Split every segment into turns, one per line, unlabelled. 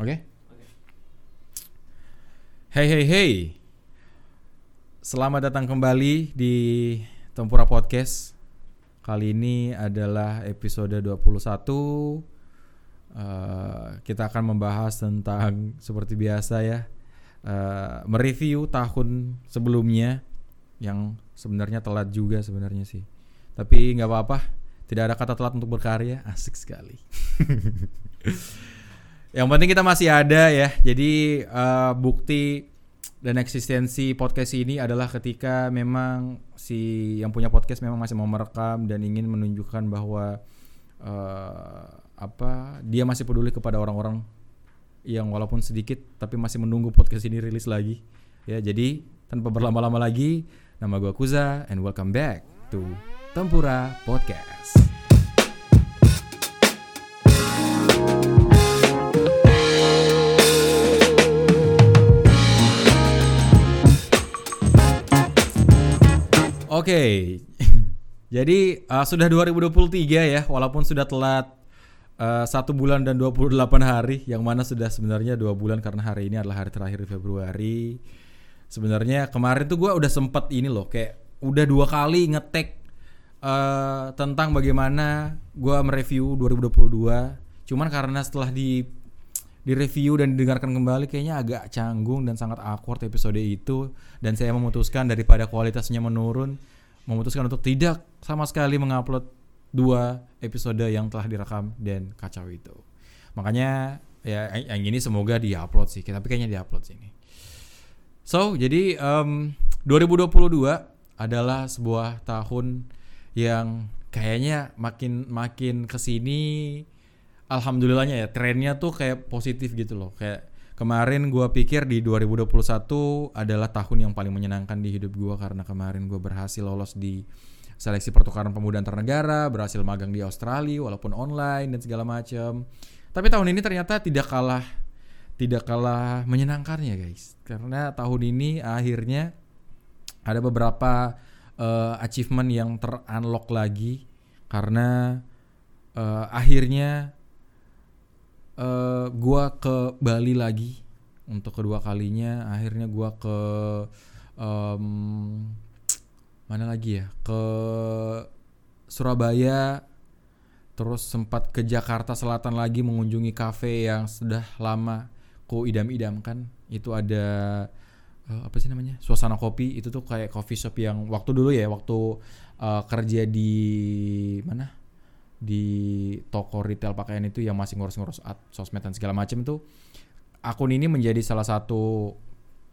Oke. Hey hey hey. Selamat datang kembali di Tempura Podcast. Kali ini adalah episode 21. Eh, kita akan membahas tentang seperti biasa ya, eh, mereview tahun sebelumnya yang sebenarnya telat juga sebenarnya sih. Tapi nggak apa-apa, tidak ada kata telat untuk berkarya, asik sekali. Yang penting kita masih ada ya. Jadi eh, bukti dan eksistensi podcast ini adalah ketika memang si yang punya podcast memang masih mau merekam dan ingin menunjukkan bahwa eh, apa dia masih peduli kepada orang-orang yang walaupun sedikit tapi masih menunggu podcast ini rilis lagi. Ya, jadi tanpa berlama-lama lagi, nama gua Kuza and welcome back to Tempura Podcast. Oke. Jadi uh, sudah 2023 ya, walaupun sudah telat uh, satu bulan dan 28 hari, yang mana sudah sebenarnya dua bulan karena hari ini adalah hari terakhir di Februari. Sebenarnya kemarin tuh gua udah sempet ini loh, kayak udah dua kali ngetek uh, tentang bagaimana gua mereview 2022. Cuman karena setelah di direview dan didengarkan kembali kayaknya agak canggung dan sangat awkward episode itu dan saya memutuskan daripada kualitasnya menurun memutuskan untuk tidak sama sekali mengupload dua episode yang telah direkam dan kacau itu makanya ya yang- yang ini semoga diupload sih tapi kayaknya diupload sih ini So, jadi em, 2022 adalah sebuah tahun yang kayaknya makin makin kesini alhamdulillahnya ya trennya tuh kayak positif gitu loh. Kayak kemarin gua pikir di 2021 adalah tahun yang paling menyenangkan di hidup gua karena kemarin gua berhasil lolos di seleksi pertukaran pemuda antar negara, berhasil magang di Australia walaupun online dan segala macam. Tapi tahun ini ternyata tidak kalah tidak kalah menyenangkannya guys karena tahun ini akhirnya ada beberapa eh, achievement yang terunlock lagi karena eh, akhirnya eh, gua ke Bali lagi untuk kedua kalinya akhirnya gua ke em, mana lagi ya ke Surabaya terus sempat ke Jakarta Selatan lagi mengunjungi kafe yang sudah lama ku idam-idamkan itu ada eh, apa sih namanya suasana kopi itu tuh kayak coffee shop yang waktu dulu ya waktu eh, kerja di mana di toko retail pakaian itu yang masih ngurus-ngurus ad- sosmed dan segala macam itu akun ini menjadi salah satu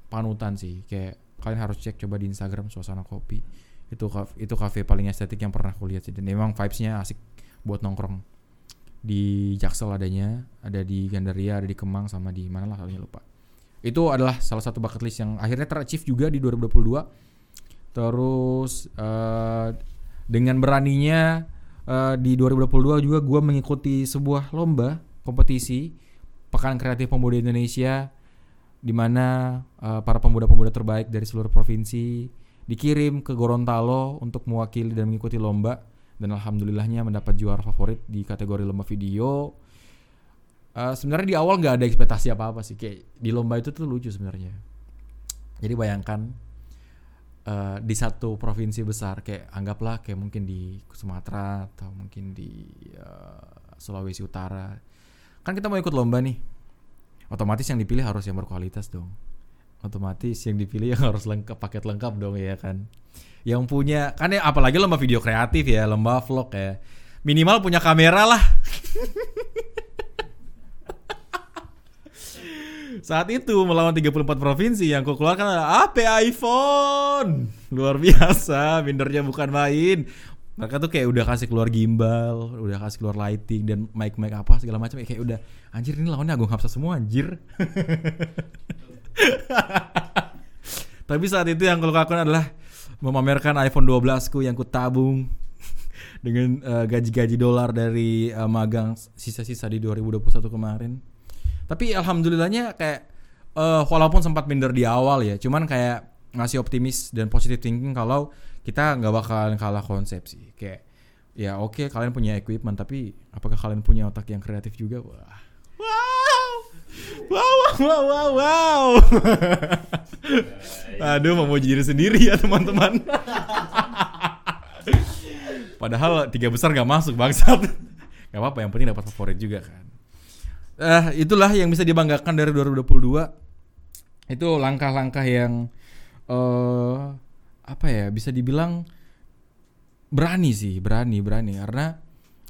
panutan sih kayak kalian harus cek coba di Instagram suasana kopi itu kaf- itu kafe paling estetik yang pernah kulihat sih dan memang vibes-nya asik buat nongkrong di Jaksel adanya ada di Gandaria ada di Kemang sama di mana lah satunya lupa itu adalah salah satu bucket list yang akhirnya terachieve juga di 2022 terus eh, dengan beraninya eh, di 2022 juga gue mengikuti sebuah lomba kompetisi pekan kreatif pemuda Indonesia di mana eh, para pemuda-pemuda terbaik dari seluruh provinsi dikirim ke Gorontalo untuk mewakili dan mengikuti lomba dan alhamdulillahnya mendapat juara favorit di kategori lomba video. Eh, sebenarnya di awal nggak ada ekspektasi apa-apa sih kayak di lomba itu tuh lucu sebenarnya. Jadi bayangkan eh, di satu provinsi besar kayak anggaplah kayak mungkin di Sumatera atau mungkin di eh, Sulawesi Utara. Kan kita mau ikut lomba nih. Otomatis yang dipilih harus yang berkualitas dong. Otomatis yang dipilih yang harus lengkap paket lengkap dong ya kan yang punya kan ya apalagi lomba video kreatif ya lomba vlog ya minimal punya kamera lah saat itu melawan 34 provinsi yang kukeluarkan adalah HP iPhone luar biasa mindernya bukan main mereka tuh kayak udah kasih keluar gimbal, udah kasih keluar lighting dan mic mic apa segala macam kayak udah anjir ini lawannya Agung Hapsa semua anjir. Tapi saat itu yang ku lakukan adalah memamerkan iPhone 12 ku yang ku tabung dengan eh, gaji-gaji dolar dari eh, magang sisa-sisa di 2021 kemarin. Tapi alhamdulillahnya kayak eh, walaupun sempat minder di awal ya, cuman kayak ngasih optimis dan positive thinking kalau kita nggak bakalan kalah konsep sih. Kayak ya oke kalian punya equipment tapi apakah kalian punya otak yang kreatif juga? Wah. Wow. Wow, wow, wow, wow. Aduh, mau jadi diri sendiri ya teman-teman. Padahal tiga besar nggak masuk bangsat. Gak apa-apa, yang penting dapat favorit juga kan. Eh, itulah yang bisa dibanggakan dari 2022. Itu langkah-langkah yang eh apa ya, bisa dibilang berani sih, berani, berani karena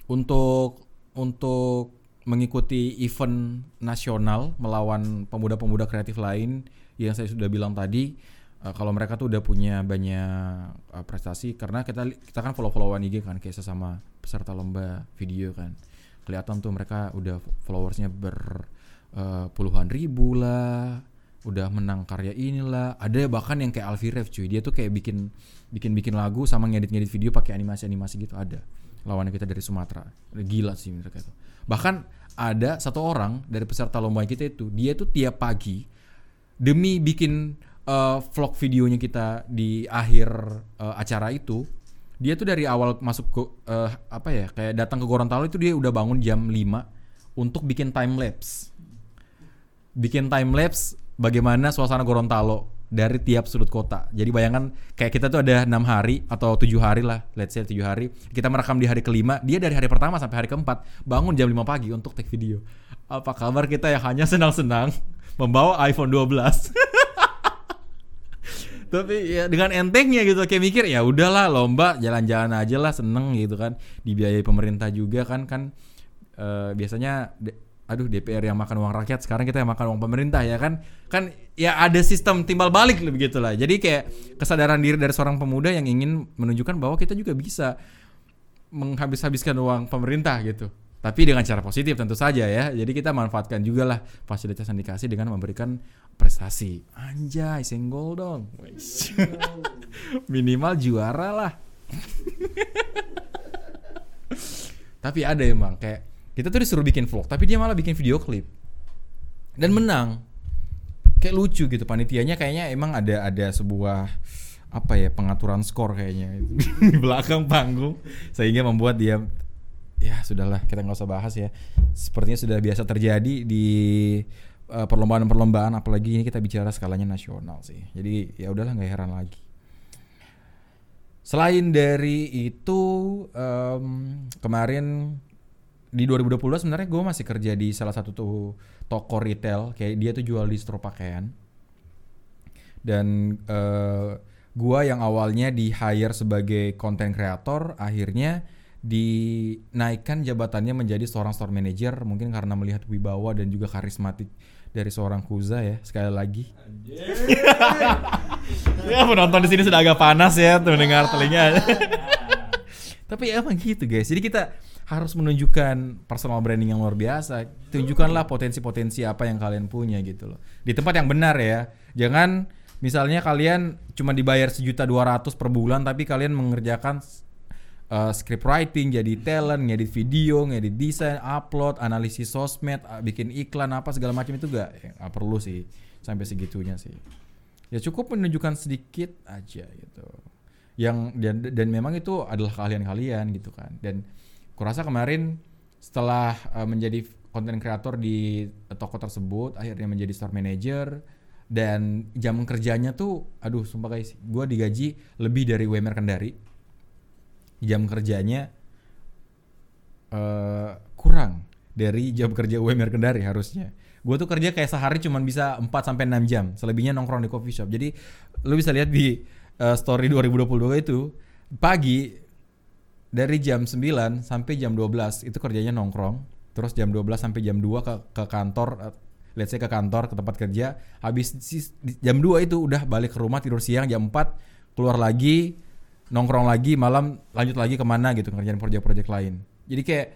untuk untuk mengikuti event nasional melawan pemuda-pemuda kreatif lain yang saya sudah bilang tadi eh, kalau mereka tuh udah punya banyak eh, prestasi karena kita li- kita kan follow-followan IG kan kayak sesama peserta lomba video kan kelihatan tuh mereka udah followersnya ber eh, puluhan ribu lah udah menang karya inilah ada bahkan yang kayak Alfi Rev cuy dia tuh kayak bikin bikin bikin lagu sama ngedit ngedit video pakai animasi animasi gitu ada lawannya kita dari Sumatera gila sih mereka itu bahkan ada satu orang dari peserta lomba kita itu dia tuh tiap pagi demi bikin eh, vlog videonya kita di akhir eh, acara itu dia tuh dari awal masuk ke eh, apa ya kayak datang ke Gorontalo itu dia udah bangun jam 5 untuk bikin time lapse bikin time lapse bagaimana suasana Gorontalo dari tiap sudut kota. Jadi bayangkan kayak kita tuh ada enam hari atau tujuh hari lah, let's say tujuh hari. Kita merekam di hari kelima, dia dari hari pertama sampai hari keempat bangun jam 5 pagi untuk take video. Apa kabar kita yang hanya senang-senang membawa iPhone 12? tapi ya dengan entengnya gitu kayak mikir ya udahlah lomba jalan-jalan aja lah seneng gitu kan dibiayai pemerintah juga kan kan eh, biasanya D- aduh DPR yang makan uang rakyat sekarang kita yang makan uang pemerintah ya kan kan ya ada sistem timbal balik gitu lah begitulah jadi kayak kesadaran diri dari seorang pemuda yang ingin menunjukkan bahwa kita juga bisa menghabis-habiskan uang pemerintah gitu. Tapi dengan cara positif tentu saja ya. Jadi kita manfaatkan juga lah fasilitas yang dikasih dengan memberikan prestasi. Anjay, senggol dong. Wesh. Minimal juara lah. tapi ada emang kayak kita tuh disuruh bikin vlog, tapi dia malah bikin video klip. Dan menang. Kayak lucu gitu panitianya kayaknya emang ada ada sebuah apa ya pengaturan skor kayaknya di belakang panggung sehingga membuat dia ya sudahlah kita nggak usah bahas ya sepertinya sudah biasa terjadi di eh, perlombaan-perlombaan apalagi ini kita bicara skalanya nasional sih jadi ya udahlah nggak heran lagi selain dari itu em, kemarin di 2020 sebenarnya gue masih kerja di salah satu tuh toko retail kayak dia tuh jual distro pakaian dan eh, gua yang awalnya di hire sebagai content creator akhirnya dinaikkan jabatannya menjadi seorang store manager mungkin karena melihat wibawa dan juga karismatik dari seorang Kuza ya sekali lagi ya penonton di sini sudah agak panas ya tuh dengar telinga tapi emang gitu guys jadi kita harus menunjukkan personal branding yang luar biasa tunjukkanlah potensi-potensi apa yang kalian punya gitu loh di tempat yang benar ya jangan misalnya kalian cuma dibayar sejuta dua ratus per bulan tapi kalian mengerjakan uh, script writing jadi talent ngedit video ngedit desain upload analisis sosmed uh, bikin iklan apa segala macam itu gak ya, nggak perlu sih sampai segitunya sih ya cukup menunjukkan sedikit aja gitu yang dan, dan memang itu adalah keahlian kalian gitu kan dan kurasa kemarin setelah eh, menjadi konten kreator di toko tersebut akhirnya menjadi store manager dan jam kerjanya tuh aduh sumpah guys gue digaji lebih dari WMR Kendari jam kerjanya eh kurang dari jam kerja UMR Kendari harusnya. Gue tuh kerja kayak sehari cuman bisa 4 sampai 6 jam, selebihnya nongkrong di coffee shop. Jadi lu bisa lihat di eh, story 2022 itu pagi dari jam 9 sampai jam 12 itu kerjanya nongkrong. Terus jam 12 sampai jam 2 ke ke kantor eh, let's say ke kantor ke tempat kerja. Habis sis- di- jam 2 itu udah balik ke rumah tidur siang jam 4 keluar lagi nongkrong lagi malam lanjut lagi kemana gitu ngerjain proyek-proyek lain. Jadi kayak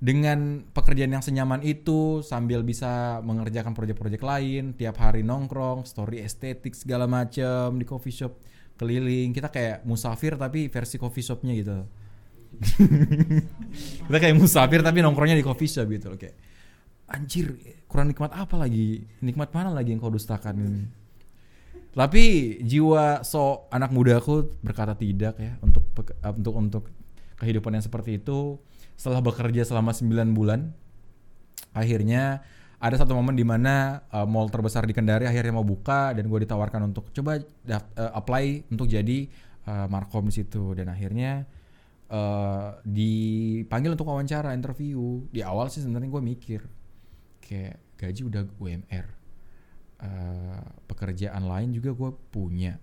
dengan pekerjaan yang senyaman itu sambil bisa mengerjakan proyek-proyek lain tiap hari nongkrong story estetik segala macam di coffee shop keliling kita kayak musafir tapi versi coffee shopnya gitu kita kayak musafir tapi nongkrongnya di coffee shop gitu loh kayak anjir kurang nikmat apa lagi nikmat mana lagi yang kau dustakan ini tapi jiwa so anak muda aku berkata tidak ya untuk pek- eh, untuk untuk kehidupan yang seperti itu setelah bekerja selama 9 bulan akhirnya ada satu momen di mana eh, mall terbesar di Kendari akhirnya mau buka dan gue ditawarkan untuk coba daft- eh, apply untuk jadi eh, markom di situ dan akhirnya eh, dipanggil untuk wawancara interview di awal sih sebenarnya gue mikir kayak gaji udah UMR Eh, pekerjaan lain juga gue punya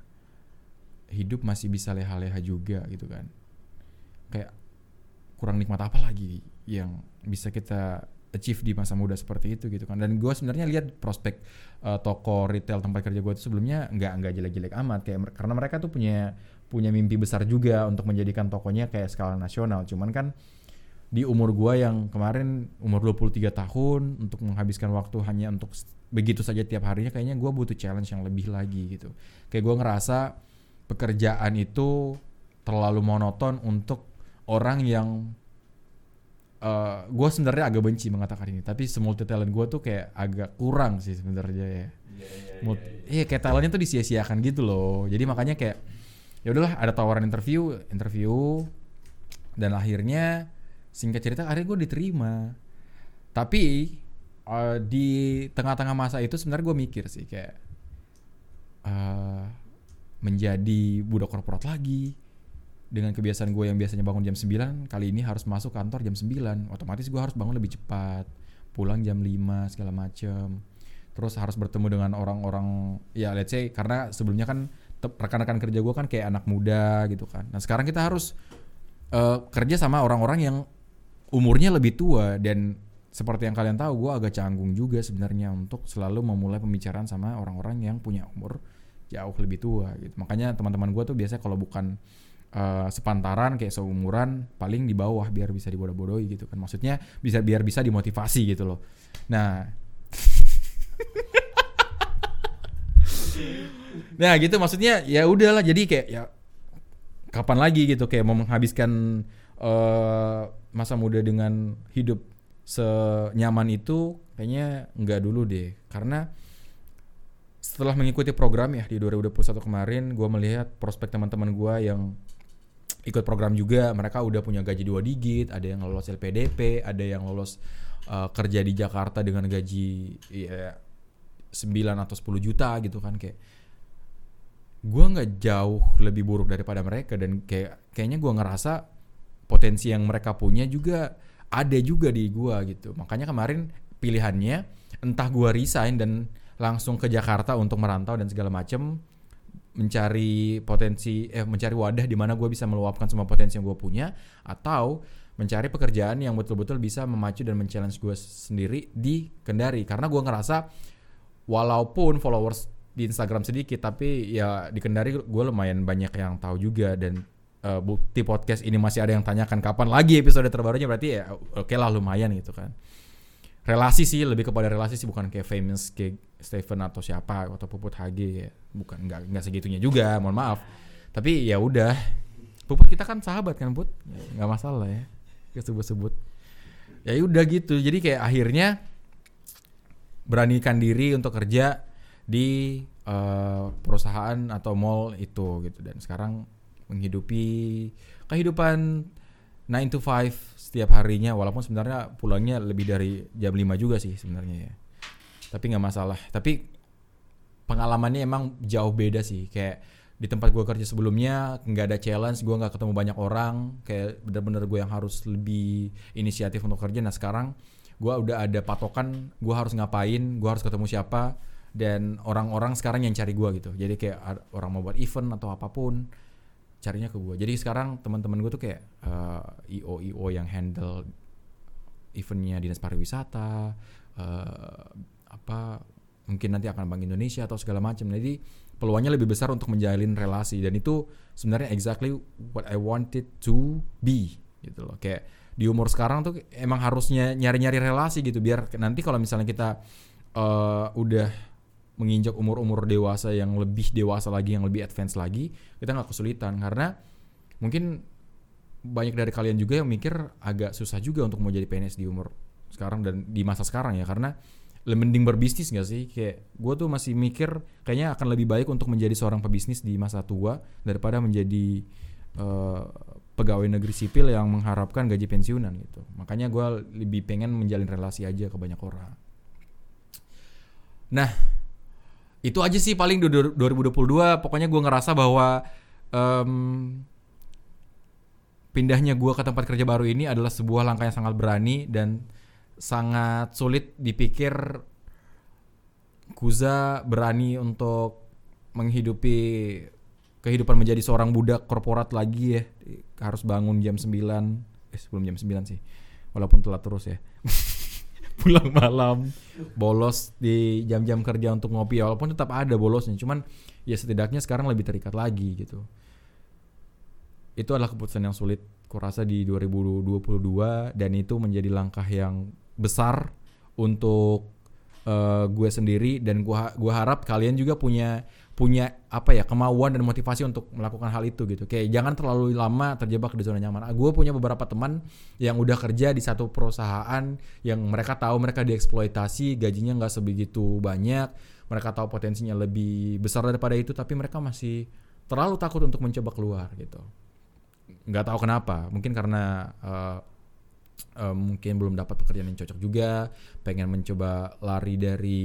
hidup masih bisa leha-leha juga gitu kan kayak kurang nikmat apa lagi yang bisa kita achieve di masa muda seperti itu gitu kan dan gue sebenarnya lihat prospek eh, toko retail tempat kerja gue itu sebelumnya nggak nggak jelek-jelek amat kayak mer- karena mereka tuh punya punya mimpi besar juga untuk menjadikan tokonya kayak skala nasional cuman kan di umur gue yang kemarin umur 23 tahun untuk menghabiskan waktu hanya untuk s- begitu saja tiap harinya kayaknya gue butuh challenge yang lebih lagi gitu kayak gue ngerasa pekerjaan itu terlalu monoton untuk orang yang gue sebenarnya agak benci mengatakan ini tapi semulti talent gue tuh kayak agak kurang sih sebenarnya ya Mut- iya kayak talentnya tuh disia-siakan gitu loh jadi makanya kayak ya udahlah ada tawaran interview interview dan akhirnya singkat cerita akhirnya gue diterima tapi eh, di tengah-tengah masa itu sebenarnya gue mikir sih kayak eh, menjadi budak korporat lagi dengan kebiasaan gue yang biasanya bangun jam 9 kali ini harus masuk kantor jam 9 otomatis gue harus bangun lebih cepat pulang jam 5 segala macem terus harus bertemu dengan orang-orang ya let's say karena sebelumnya kan te- rekan-rekan kerja gue kan kayak anak muda gitu kan nah sekarang kita harus eh, kerja sama orang-orang yang umurnya lebih tua dan seperti yang kalian tahu gue agak canggung juga sebenarnya untuk selalu memulai pembicaraan sama orang-orang yang punya umur jauh lebih tua gitu makanya teman-teman gue tuh biasanya kalau bukan eh, sepantaran kayak seumuran paling di bawah biar bisa dibodoh-bodohi gitu kan maksudnya bisa biar bisa dimotivasi gitu loh nah nah gitu maksudnya ya udahlah jadi kayak ya kapan lagi gitu kayak mau menghabiskan eh, masa muda dengan hidup senyaman itu kayaknya nggak dulu deh karena setelah mengikuti program ya di 2021 kemarin gue melihat prospek teman-teman gue yang ikut program juga mereka udah punya gaji dua digit ada yang lolos LPDP ada yang lolos eh, kerja di Jakarta dengan gaji ya, 9 atau 10 juta gitu kan kayak gue nggak jauh lebih buruk daripada mereka dan kayak kayaknya gue ngerasa potensi yang mereka punya juga ada juga di gue gitu makanya kemarin pilihannya entah gue resign dan langsung ke Jakarta untuk merantau dan segala macem mencari potensi eh mencari wadah di mana gue bisa meluapkan semua potensi yang gue punya atau mencari pekerjaan yang betul-betul bisa memacu dan men-challenge gue sendiri di Kendari karena gue ngerasa walaupun followers di Instagram sedikit tapi ya di Kendari gue lumayan banyak yang tahu juga dan eh, bukti podcast ini masih ada yang tanyakan kapan lagi episode terbarunya berarti ya oke lah lumayan gitu kan relasi sih lebih kepada relasi sih bukan kayak famous kayak Stephen atau siapa atau Puput Hage ya. bukan nggak nggak segitunya juga mohon maaf tapi ya udah Puput kita kan sahabat kan Put Ya, nggak masalah ya kesebut-sebut ya udah gitu jadi kayak akhirnya beranikan diri untuk kerja di eh, perusahaan atau mall itu gitu dan sekarang menghidupi kehidupan 9 to 5 setiap harinya walaupun sebenarnya pulangnya lebih dari jam 5 juga sih sebenarnya ya. Tapi nggak masalah. Tapi pengalamannya emang jauh beda sih kayak di tempat gue kerja sebelumnya nggak ada challenge gue nggak ketemu banyak orang kayak bener-bener gue yang harus lebih inisiatif untuk kerja nah sekarang gue udah ada patokan gue harus ngapain gue harus ketemu siapa dan orang-orang sekarang yang cari gue gitu jadi kayak ar- orang mau buat event atau apapun carinya ke gue jadi sekarang teman-teman gue tuh kayak eh, io io yang handle eventnya dinas pariwisata eh, apa mungkin nanti akan Bank Indonesia atau segala macam jadi peluangnya lebih besar untuk menjalin relasi dan itu sebenarnya exactly what I wanted to be gitu loh kayak di umur sekarang tuh emang harusnya nyari-nyari relasi gitu biar ke- nanti kalau misalnya kita eh, udah menginjak umur-umur dewasa yang lebih dewasa lagi yang lebih advance lagi kita nggak kesulitan karena mungkin banyak dari kalian juga yang mikir agak susah juga untuk mau jadi PNS di umur sekarang dan di masa sekarang ya karena le- mending berbisnis gak sih kayak gue tuh masih mikir kayaknya akan lebih baik untuk menjadi seorang pebisnis di masa tua daripada menjadi eh, pegawai negeri sipil yang mengharapkan gaji pensiunan gitu makanya gue lebih pengen menjalin relasi aja ke banyak orang Nah, itu aja sih paling du- du- 2022. Pokoknya gue ngerasa bahwa em, pindahnya gue ke tempat kerja baru ini adalah sebuah langkah yang sangat berani dan sangat sulit dipikir Kuza berani untuk menghidupi kehidupan menjadi seorang budak korporat lagi ya. Harus bangun jam 9. Eh, sebelum jam 9 sih. Walaupun telat terus ya. Pulang malam, bolos di jam-jam kerja untuk ngopi walaupun tetap ada bolosnya. Cuman ya setidaknya sekarang lebih terikat lagi gitu. Itu adalah keputusan yang sulit kurasa di 2022 dan itu menjadi langkah yang besar untuk eh, gue sendiri dan gua gua harap kalian juga punya punya apa ya kemauan dan motivasi untuk melakukan hal itu gitu. Kayak jangan terlalu lama terjebak di zona nyaman. Ah, Gue punya beberapa teman yang udah kerja di satu perusahaan yang mereka tahu mereka dieksploitasi, gajinya nggak sebegitu banyak, mereka tahu potensinya lebih besar daripada itu, tapi mereka masih terlalu takut untuk mencoba keluar gitu. Nggak tahu kenapa, mungkin karena eh, eh, mungkin belum dapat pekerjaan yang cocok juga, pengen mencoba lari dari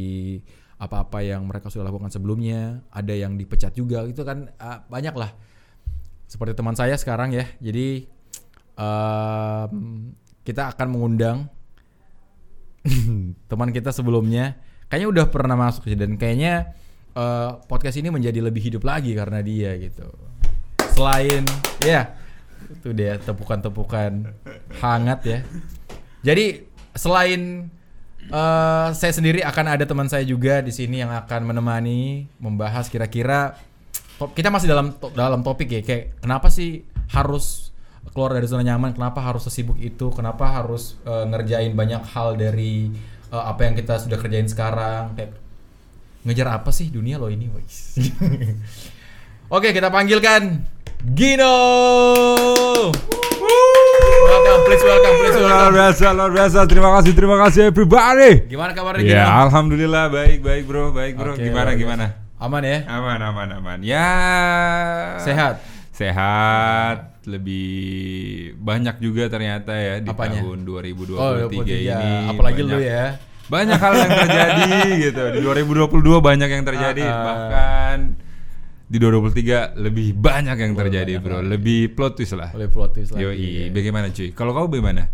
apa-apa yang mereka sudah lakukan sebelumnya, ada yang dipecat juga, itu kan eh, banyak lah. Seperti teman saya sekarang ya, jadi em, kita akan mengundang teman kita sebelumnya, kayaknya udah pernah masuk sih dan kayaknya eh, podcast ini menjadi lebih hidup lagi karena dia gitu. Selain ya itu dia tepukan-tepukan hangat ya. Jadi selain eh, saya sendiri akan ada teman saya juga di sini yang akan menemani membahas kira-kira to- kita masih dalam to- dalam topik ya kayak kenapa sih harus keluar dari zona nyaman, kenapa harus sesibuk itu, kenapa harus eh, ngerjain banyak hal dari eh, apa yang kita sudah kerjain sekarang kayak ngejar apa sih dunia lo ini, wais. Oke, kita panggilkan Gino. Welcome, please welcome, please
Luar
welcome.
biasa, luar biasa. Terima kasih, terima kasih everybody.
Gimana kabarnya Gino?
Ya, alhamdulillah baik, baik bro, baik bro.
Oke,
gimana,
luar biasa.
gimana?
Aman ya?
Aman, aman, aman. Ya.
Sehat.
Sehat. Lebih banyak juga ternyata ya di
Apanya?
tahun 2023
Oh, 23.
ini.
iya, Apalagi lu
Banyak-
ya.
Banyak hal yang terjadi gitu. Di 2022 banyak yang terjadi.
Ah, ah.
Bahkan di 2023 lebih banyak yang terjadi
banyak
bro.
lagi.
Lebih plot twist lah.
Oleh plot twist lagi. Ya.
Yoi, bagaimana cuy? Kalau kamu bagaimana?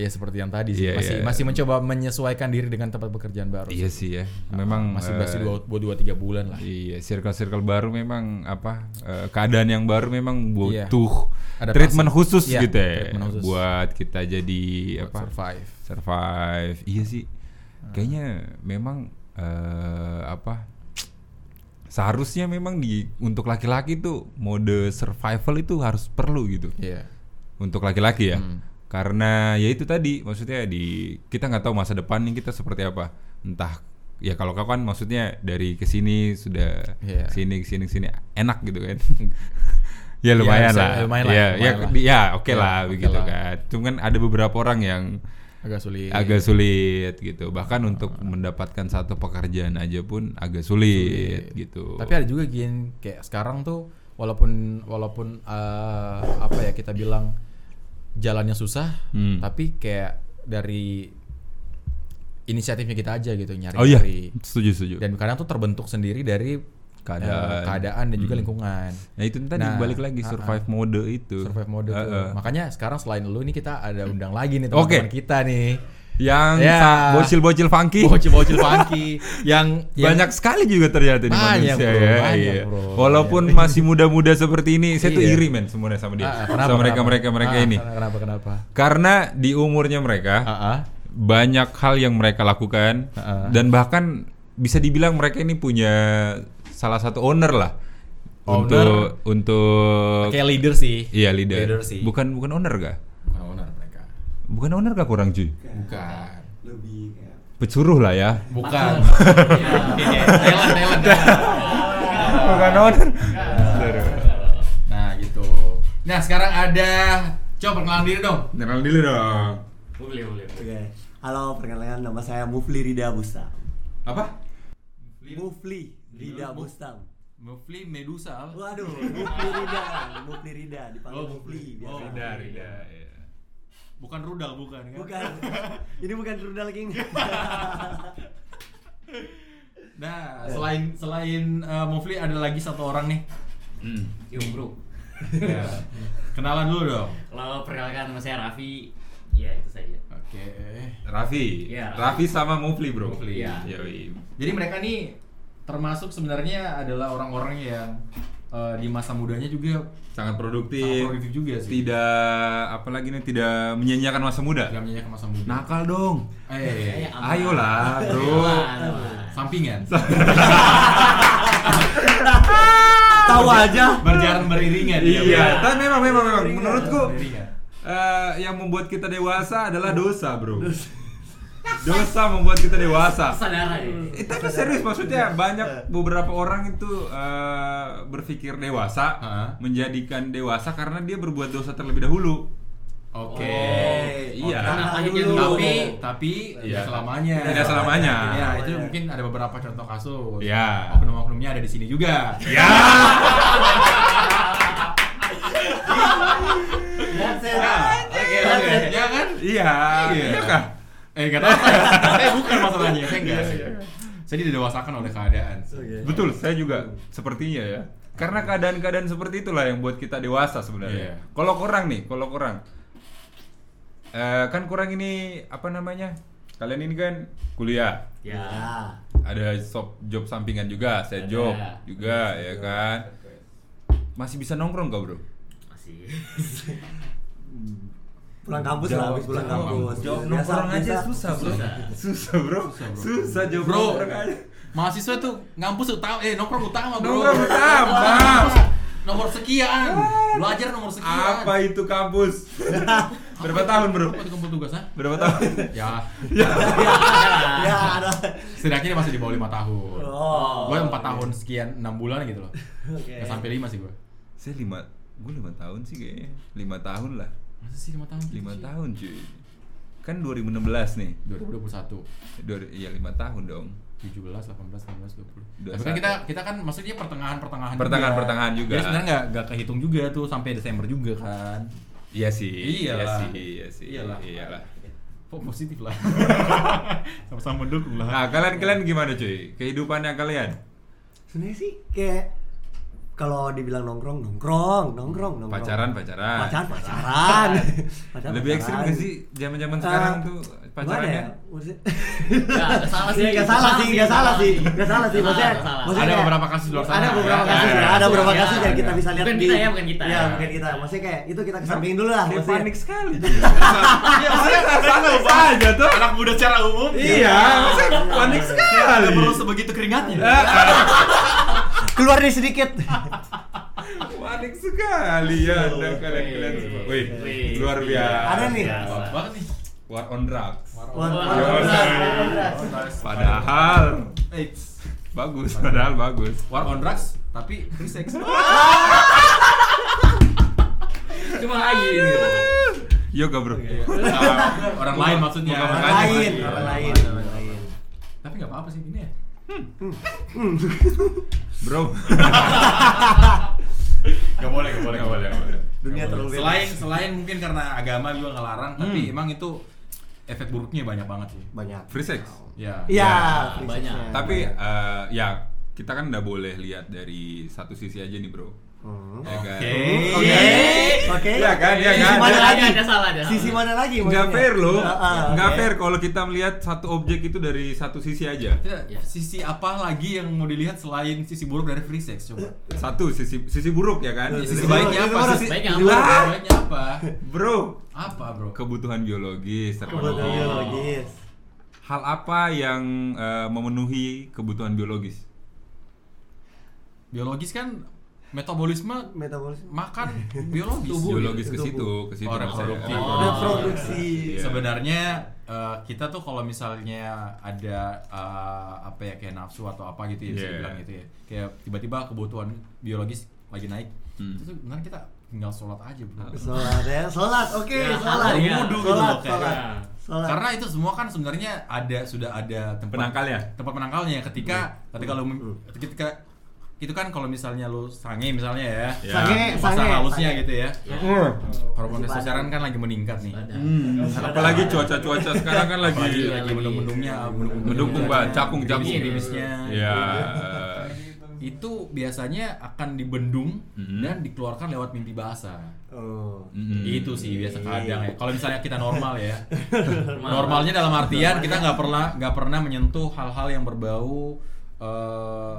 Ya, seperti yang tadi sih.
Iya,
masih
iya.
masih mencoba menyesuaikan diri dengan tempat pekerjaan baru.
Iya sih ya, memang
Ah, masih
eh,
masih dua, dua, dua tiga bulan lah.
Iya, circle-circle baru memang apa eh, keadaan yang baru
Iya.
memang butuh
Adaptasi.
treatment khusus
Iya,
gitu ya,
treatment khusus.
buat kita jadi apa
Survive. Ah.
survive. Iya sih, kayaknya memang eh, apa seharusnya memang di untuk laki-laki tuh mode survival itu harus perlu gitu
Iya.
untuk laki-laki ya
Hmm.
karena ya itu tadi maksudnya di kita nggak tahu masa depan nih kita seperti apa entah ya kalau kau kan maksudnya dari kesini sudah
Iya.
sini kesini kesini enak gitu kan ya
Iya,
lumayan
bisa-
lah
lumayan lah,
ya ya,
lumayan lah.
di- ya oke
Ya,
lah
oke
begitu
lah. Iya.
kan cuman ada beberapa orang yang
Agak sulit.
agak sulit gitu bahkan untuk
Ah.
mendapatkan satu pekerjaan aja pun agak sulit, gitu
Tapi ada juga gin kayak sekarang tuh walaupun walaupun eh, apa ya kita bilang jalannya susah,
Hmm.
tapi kayak dari inisiatifnya kita aja gitu nyari
oh iya setuju setuju
Dan kadang tuh terbentuk sendiri dari
Keadaan.
eh, keadaan dan juga lingkungan.
nah itu tadi
Nah,
balik lagi
ah,
survive mode itu
Survive mode tuh.
Gitu. Heeh. Hmm.
Makanya sekarang selain lu nih kita ada undang lagi nih
Oke.
teman-teman kita nih.
yang
Ya.
sa- bocil-bocil funky
Bocil-bocil funky yang yang-
banyak sekali juga ternyata di
Banyak,
Indonesia
bro,
ya.
banyak,
iya.
bro.
Walaupun masih muda-muda seperti ini, saya tuh
Iya.
iri men semuanya sama dia.
Ah, ah,
sama mereka-mereka
kenapa?
mereka
Ah,
ini.
Kenapa kenapa?
Karena di umurnya mereka
Ah, ah.
banyak hal yang mereka lakukan
Ah, ah.
dan bahkan bisa dibilang mereka ini punya salah satu owner lah
Owner.
untuk untuk
Kayak leader sih.
iya leader.
leader sih.
Bukan bukan owner gak?
Bukan owner mereka.
Bukan owner gak kurang cuy?
Bukan.
lebih kayak
Pecuruh lah ya.
Bukan.
bukan owner.
Nah gitu. Nah sekarang ada coba perkenalan diri dong.
Kenal dulu dong.
oke halo perkenalkan nama saya Mufli Rida Bustam
Apa?
Mufli Rida Bustam
Mufli Medusa.
waduh Mufli Rida Mufli Rida dipanggil
Oh, Mufli.
Mufli biasa.
Oh, Rida, Rida. iya. Bukan rudal bukan kan?
bukan ini bukan rudal king
Nah, selain selain eh, Mufli ada lagi satu orang nih.
Hmm, yuk bro.
Kenalan dulu dong.
Kalau perkenalkan nama saya Raffi, ya itu saja.
Oke.
Raffi,
Iya,
Raffi sama Mufli bro.
Mufli.
Iya.
Yoi.
Jadi mereka nih termasuk sebenarnya adalah orang-orang yang eh, di masa mudanya juga
Sangat
sangat
produktif.
produktif juga sih.
Tidak apalagi nih tidak menyanyiakan masa muda.
Tidak menyanyikan masa muda.
Nakal dong.
eh,
iya,
Ah,
Aman.
Ayolah bro.
Aman, aman.
sampingan.
Tahu aja.
Berjalan beriringan. ya,
Iya,
Bro.
tapi memang memang memang
Beriringan,
menurutku
beriringan.
eh, yang membuat kita dewasa adalah dosa, Bro. Dosa membuat kita dewasa.
Saudara ini.
Eh, tapi serius maksudnya banyak beberapa orang itu eh, berpikir dewasa
Hah?
menjadikan dewasa karena dia berbuat dosa terlebih dahulu.
Oke.
Oh, iya.
Oke.
Aja
Dulu.
Tapi
jangan tapi
tapi
Iya.
tidak selamanya.
Tidak selamanya.
Ya, itu mungkin ada beberapa contoh kasus.
Iya.
Oknum-oknumnya ada di sini juga.
That's it.
Oke,
That's
oke.
it.
Ya kan?
Iya.
Iya.
Iya kah?
Eh, enggak tahu saya. Saya bukan masalahnya,
Iya,
saya enggak. Saya didewasakan oleh keadaan.
Oke.
Betul, saya juga sepertinya ya. Karena keadaan-keadaan seperti itulah yang buat kita dewasa
Iya.
sebenarnya. Kalau kurang nih, kalau kurang. Eh, kan kurang ini apa namanya? Kalian ini kan kuliah.
ya.
Ada job job sampingan juga, saya
Ada.
job juga ya kan. Masih bisa nongkrong gak, Bro?
Masih.
Pulang kampus lah, habis pulang
jawab-
kampus.
Jawab
Biasa,
nongkrong aja
biasa.
susah, Bro.
Susah.
Susah, Bro. Susah jawab
Bro,
nongkrong aja.
mahasiswa tuh ngampus utama eh nongkrong utama, Bro.
Nongkrong utama.
Ngampus Nomor sekian. Belajar nomor sekian.
Apa itu kampus? Berapa tahun, Bro?
Apa itu kumpul tugas, ha?
Berapa tahun?
Ya,
Ya, ada.
setidaknya dia masih di bawah 5 tahun.
Oh.
Gue 4 tahun sekian 6 bulan gitu loh.
Oke.
Nggak sampai 5 sih gue.
Saya lima, gue lima tahun sih kayaknya. Lima tahun lah,
Masa sih 5 tahun?
lima
Iya.
tahun cuy. Kan 2016 nih,
2021.
Dua- iya lima tahun dong.
17, 18, 19, 20.
Dua
Tapi kan
satu.
kita kita kan maksudnya pertengahan-pertengahan.
Pertengahan-pertengahan juga.
Jadi sebenarnya nggak nggak kehitung juga tuh sampai Desember juga kan.
Iya sih,
Iyalah.
iya sih, iya sih,
Iyalah.
iyalah.
Po- positif lah. Sama-sama mendukung
Nah kalian kalian gimana cuy? Kehidupannya kalian?
Sebenarnya sih kayak kalau dibilang nongkrong, nongkrong, nongkrong, nongkrong.
Pacaran, pacaran.
Pacaran, pacaran. Pacaran,
Ah. Lebih ekstrim
pacaran.
gak sih zaman zaman
Eh,
sekarang tuh
Gimana ya?
pacarannya?
Maksudnya- Iya,
Nggak, nggak salah sih.
Nggak salah sih, nggak salah sih. Nggak salah sih,
Nggak
maksudnya-
salah, nggak
maksudnya
Ada
kayak-
beberapa kasus di luar sana.
Ada
Ya,
Iya,
beberapa kasus,
ya,
ya,
ya.
ada beberapa
Ya,
kasus yang
ya.
kita bisa lihat
Bukan
di-
kita ya, bukan kita.
Iya, bukan kita. Maksudnya kayak itu kita kesampingin dulu lah.
Saya
maksudnya.
panik sekali. Iya, saya
ya?
salah saja tuh.
Anak muda secara umum.
Iya, saya panik sekali.
Perlu sebegitu keringatnya.
Ah, ah.
Keluar nih sedikit.
Panik sekali ya Anda kalian-kalian semua. Wih,
Wih.
luar biasa.
Ada nih.
Biasa.
Banget nih.
War on drugs.
Wah,
Wah,
wah,
wah,
wah,
wah.
wah.
Padahal
Eits.
bagus, padahal bagus.
War on drugs, tapi free sex.
Cuma lagi. ini.
Iya. Yoga bro.
Nah, orang lain maksudnya.
Bukan
Orang
Makanya,
lain,
makanya.
orang lain, orang lain.
Tapi nggak apa-apa sih gini ya.
Bro.
Gak boleh, gak
Boleh, boleh, boleh.
Dunia terlalu bebas.
Iya,
Hmm.
Selain selain mungkin karena agama juga ngelarang, tapi emang itu efek buruknya banyak banget sih.
banyak.
Free sex.
Ya.
Iya,
banyak.
prinsipnya.
Tapi eh, ya kita kan nggak boleh lihat dari satu sisi aja nih bro.
Hmm.
Ya kan?
Oke.
Oke. Oke.
Iya kan, iya
Sisi
kan?
mana
Ada,
lagi?
ada salah, ada salah.
Sisi mana lagi?
Nggak
maksudnya?
fair loh,
Ah, ah,
nggak
oke.
fair kalau kita melihat satu objek itu dari satu sisi aja.
Tidak,
Ya.
Sisi apa lagi yang mau dilihat selain sisi buruk dari free sex coba? Iya,
Satu sisi sisi buruk ya kan?
Sisi
Sisi
baiknya
buruk,
apa?
sisi
Sisi baiknya apa?
buruk.
buruk. Sisi
Ah,
Baiknya apa?
Bro,
Apa bro?
kebutuhan biologis terpenuhi.
Kebetulan biologis.
Hal apa yang eh, memenuhi kebutuhan biologis?
Biologis kan metabolisme
Metabolisme.
makan biologis.
biologis ke
Tubuh.
situ, ke situ
Oh,
maksudnya.
reproduksi.
Oh,
Reproduksi.
Iya.
Sebenarnya eh, kita tuh kalau misalnya ada eh, apa ya kayak nafsu atau apa gitu ya bisa
Yeah.
dibilang gitu ya. Kayak tiba-tiba kebutuhan biologis lagi naik.
Hmm.
Itu tuh benar kita tinggal sholat aja bro.
Sholat ya, sholat. Oke,
Ya,
sholat.
harus
Sholat,
wudu
gitu
sholat,
loh, kayak.
sholat.
Nah,
Sholat.
Karena itu semua kan sebenarnya ada sudah ada tempat
Penangkalnya? Hmm.
Tempat penangkalnya ketika ketika lu mem- ketika itu kan kalau misalnya lu sange misalnya ya. Sange,
Ya.
Sange,
Pasar
sange,
halusnya
sange.
gitu ya.
Iya.
Hormon testosteron kan lagi meningkat nih.
Ada.
Apalagi cuaca-cuaca sekarang kan lagi
Apalagi
Iya,
lagi
iya,
mendung-mendungnya,
iya.
mendung-mendungnya.
mendukung banget, cakung cakung.
Gerimis-gerimisnya.
Ya.
Itu biasanya akan dibendung
Mhm.
dan dikeluarkan lewat mimpi basah.
Oh.
Mm-mm.
Itu sih biasa kadang ya. Kalau misalnya kita normal ya.
Normal.
Normalnya dalam artian kita nggak pernah nggak pernah menyentuh hal-hal yang berbau eh,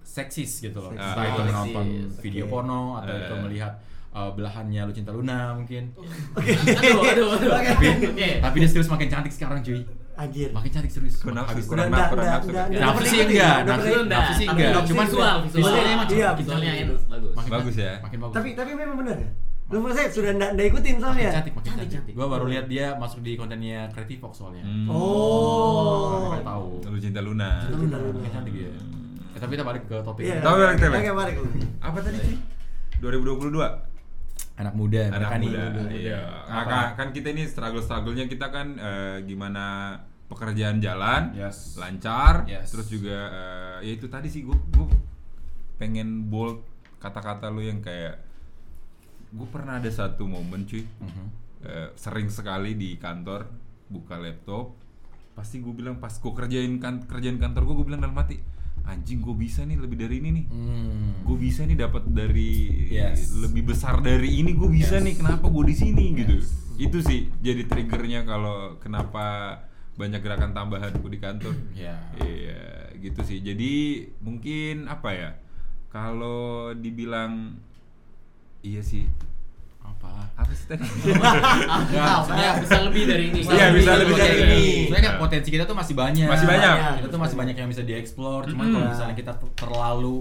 seksis gitu loh.
Seksis. Ah,
Entah itu
Seksis.
menonton video
Oke.
porno atau
Eh.
itu melihat eh, belahannya Lucinta Luna mungkin. Hmm.
Aduh, aduh, aduh.
Oke.
Tapi,
Tapi dia serius makin cantik sekarang cuy.
Anjir.
Makin cantik serius.
Kurang
Habis-
nafsu,
kurang
kurang
Udah,
nafsu, kurang
udah,
nafsu.
udah, udah.
Nafsu.
Nafsu sih enggak, nafsu,
Nafsu enggak,
nafsu sih
tapi
enggak.
nafsu
Cuman
visual, visual.
visualnya emang
Iya,
cantik.
visualnya
betul.
enak, bagus.
Makin
Bagus
cantik,
ya.
Makin bagus.
Tapi tapi memang benar ya? Lu menurut saya sudah ndak ndak ikutin
makin
soalnya.
cantik, makin
Cantik,
cantik.
cantik.
Gua baru lihat dia masuk di kontennya Creative Fox soalnya.
Hmm.
Mm. Oh.
Nggak tahu.
Lu cinta Luna.
Cinta Luna. Makin cantik dia. Eh, tapi kita balik ke topik.
Iya.
Tapi balik, balik.
Oke, balik.
Apa tadi sih? 2022.
Anak muda,
anak
mereka nih.
muda, iya. Nah,
Apa?
kan, kan kita ini struggle strugglenya kita kan eh, gimana pekerjaan jalan
Yes.
lancar
Yes.
terus juga eh, ya itu tadi sih gue gue pengen bold kata-kata lu yang kayak gue pernah ada satu momen cuy
Mhm.
eh, sering sekali di kantor buka laptop pasti gue bilang pas gue kerjain kan kerjaan kantor gue gue bilang dalam hati anjing gue bisa nih lebih dari ini nih
Hmm.
gue bisa nih dapat dari
Yes.
lebih besar dari ini gue bisa
Yes.
nih kenapa gue di sini gitu itu sih jadi triggernya kalau kenapa banyak gerakan tambahan gue di kantor
Ya.
iya gitu sih jadi mungkin apa ya kalau dibilang iya sih
Apa?
apa sih tadi
Nggak, maksudnya
bisa lebih dari ini.
Bisa
Iya, bisa lebih dari
kayak
ini.
Soalnya kayak potensi kita tuh masih banyak.
Masih banyak.
Kita tuh masih banyak yang bisa dieksplor. Cuman
Mm.
kalau misalnya kita ter- terlalu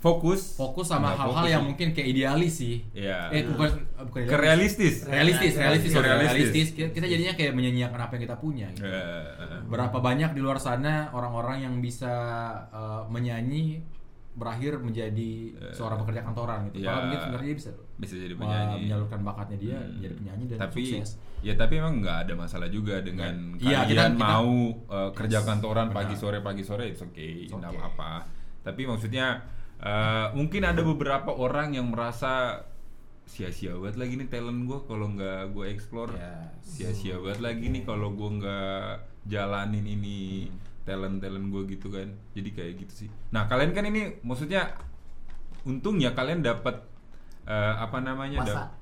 fokus
fokus sama
Nggak
hal-hal
fokus
yang
sih.
mungkin kayak idealis sih.
Iya.
Eh bukan bukan
ke realistis
Realistis, realistis,
Ke
sorry,
realistis.
realistis. Kita, kita jadinya kayak menyanyiakan apa yang kita punya. Gitu.
Eh,
Berapa banyak di luar sana orang-orang yang bisa eh, menyanyi berakhir menjadi
Eh,
seorang pekerja kantoran gitu.
Iya.
Padahal mungkin sebenarnya dia bisa
bisa jadi
eh,
penyanyi
menyalurkan bakatnya dia
Hmm.
jadi penyanyi dan
tapi
sukses.
ya tapi emang nggak ada masalah juga dengan
Iya,
kalian
kita- kita-
mau uh, kerja kantoran
Benar.
pagi sore pagi sore it's okay
It's
nggak
okay.
apa-apa tapi maksudnya uh, mungkin ada
Iya.
beberapa orang yang merasa sia-sia banget lagi nih talent gue kalau nggak gue explore
Yes.
Hmm.
sia-sia banget lagi nih kalau gue nggak jalanin ini talent talent gue gitu kan jadi kayak gitu sih nah kalian kan ini maksudnya untungnya kalian dapat eh, apa namanya
Masa.
dap-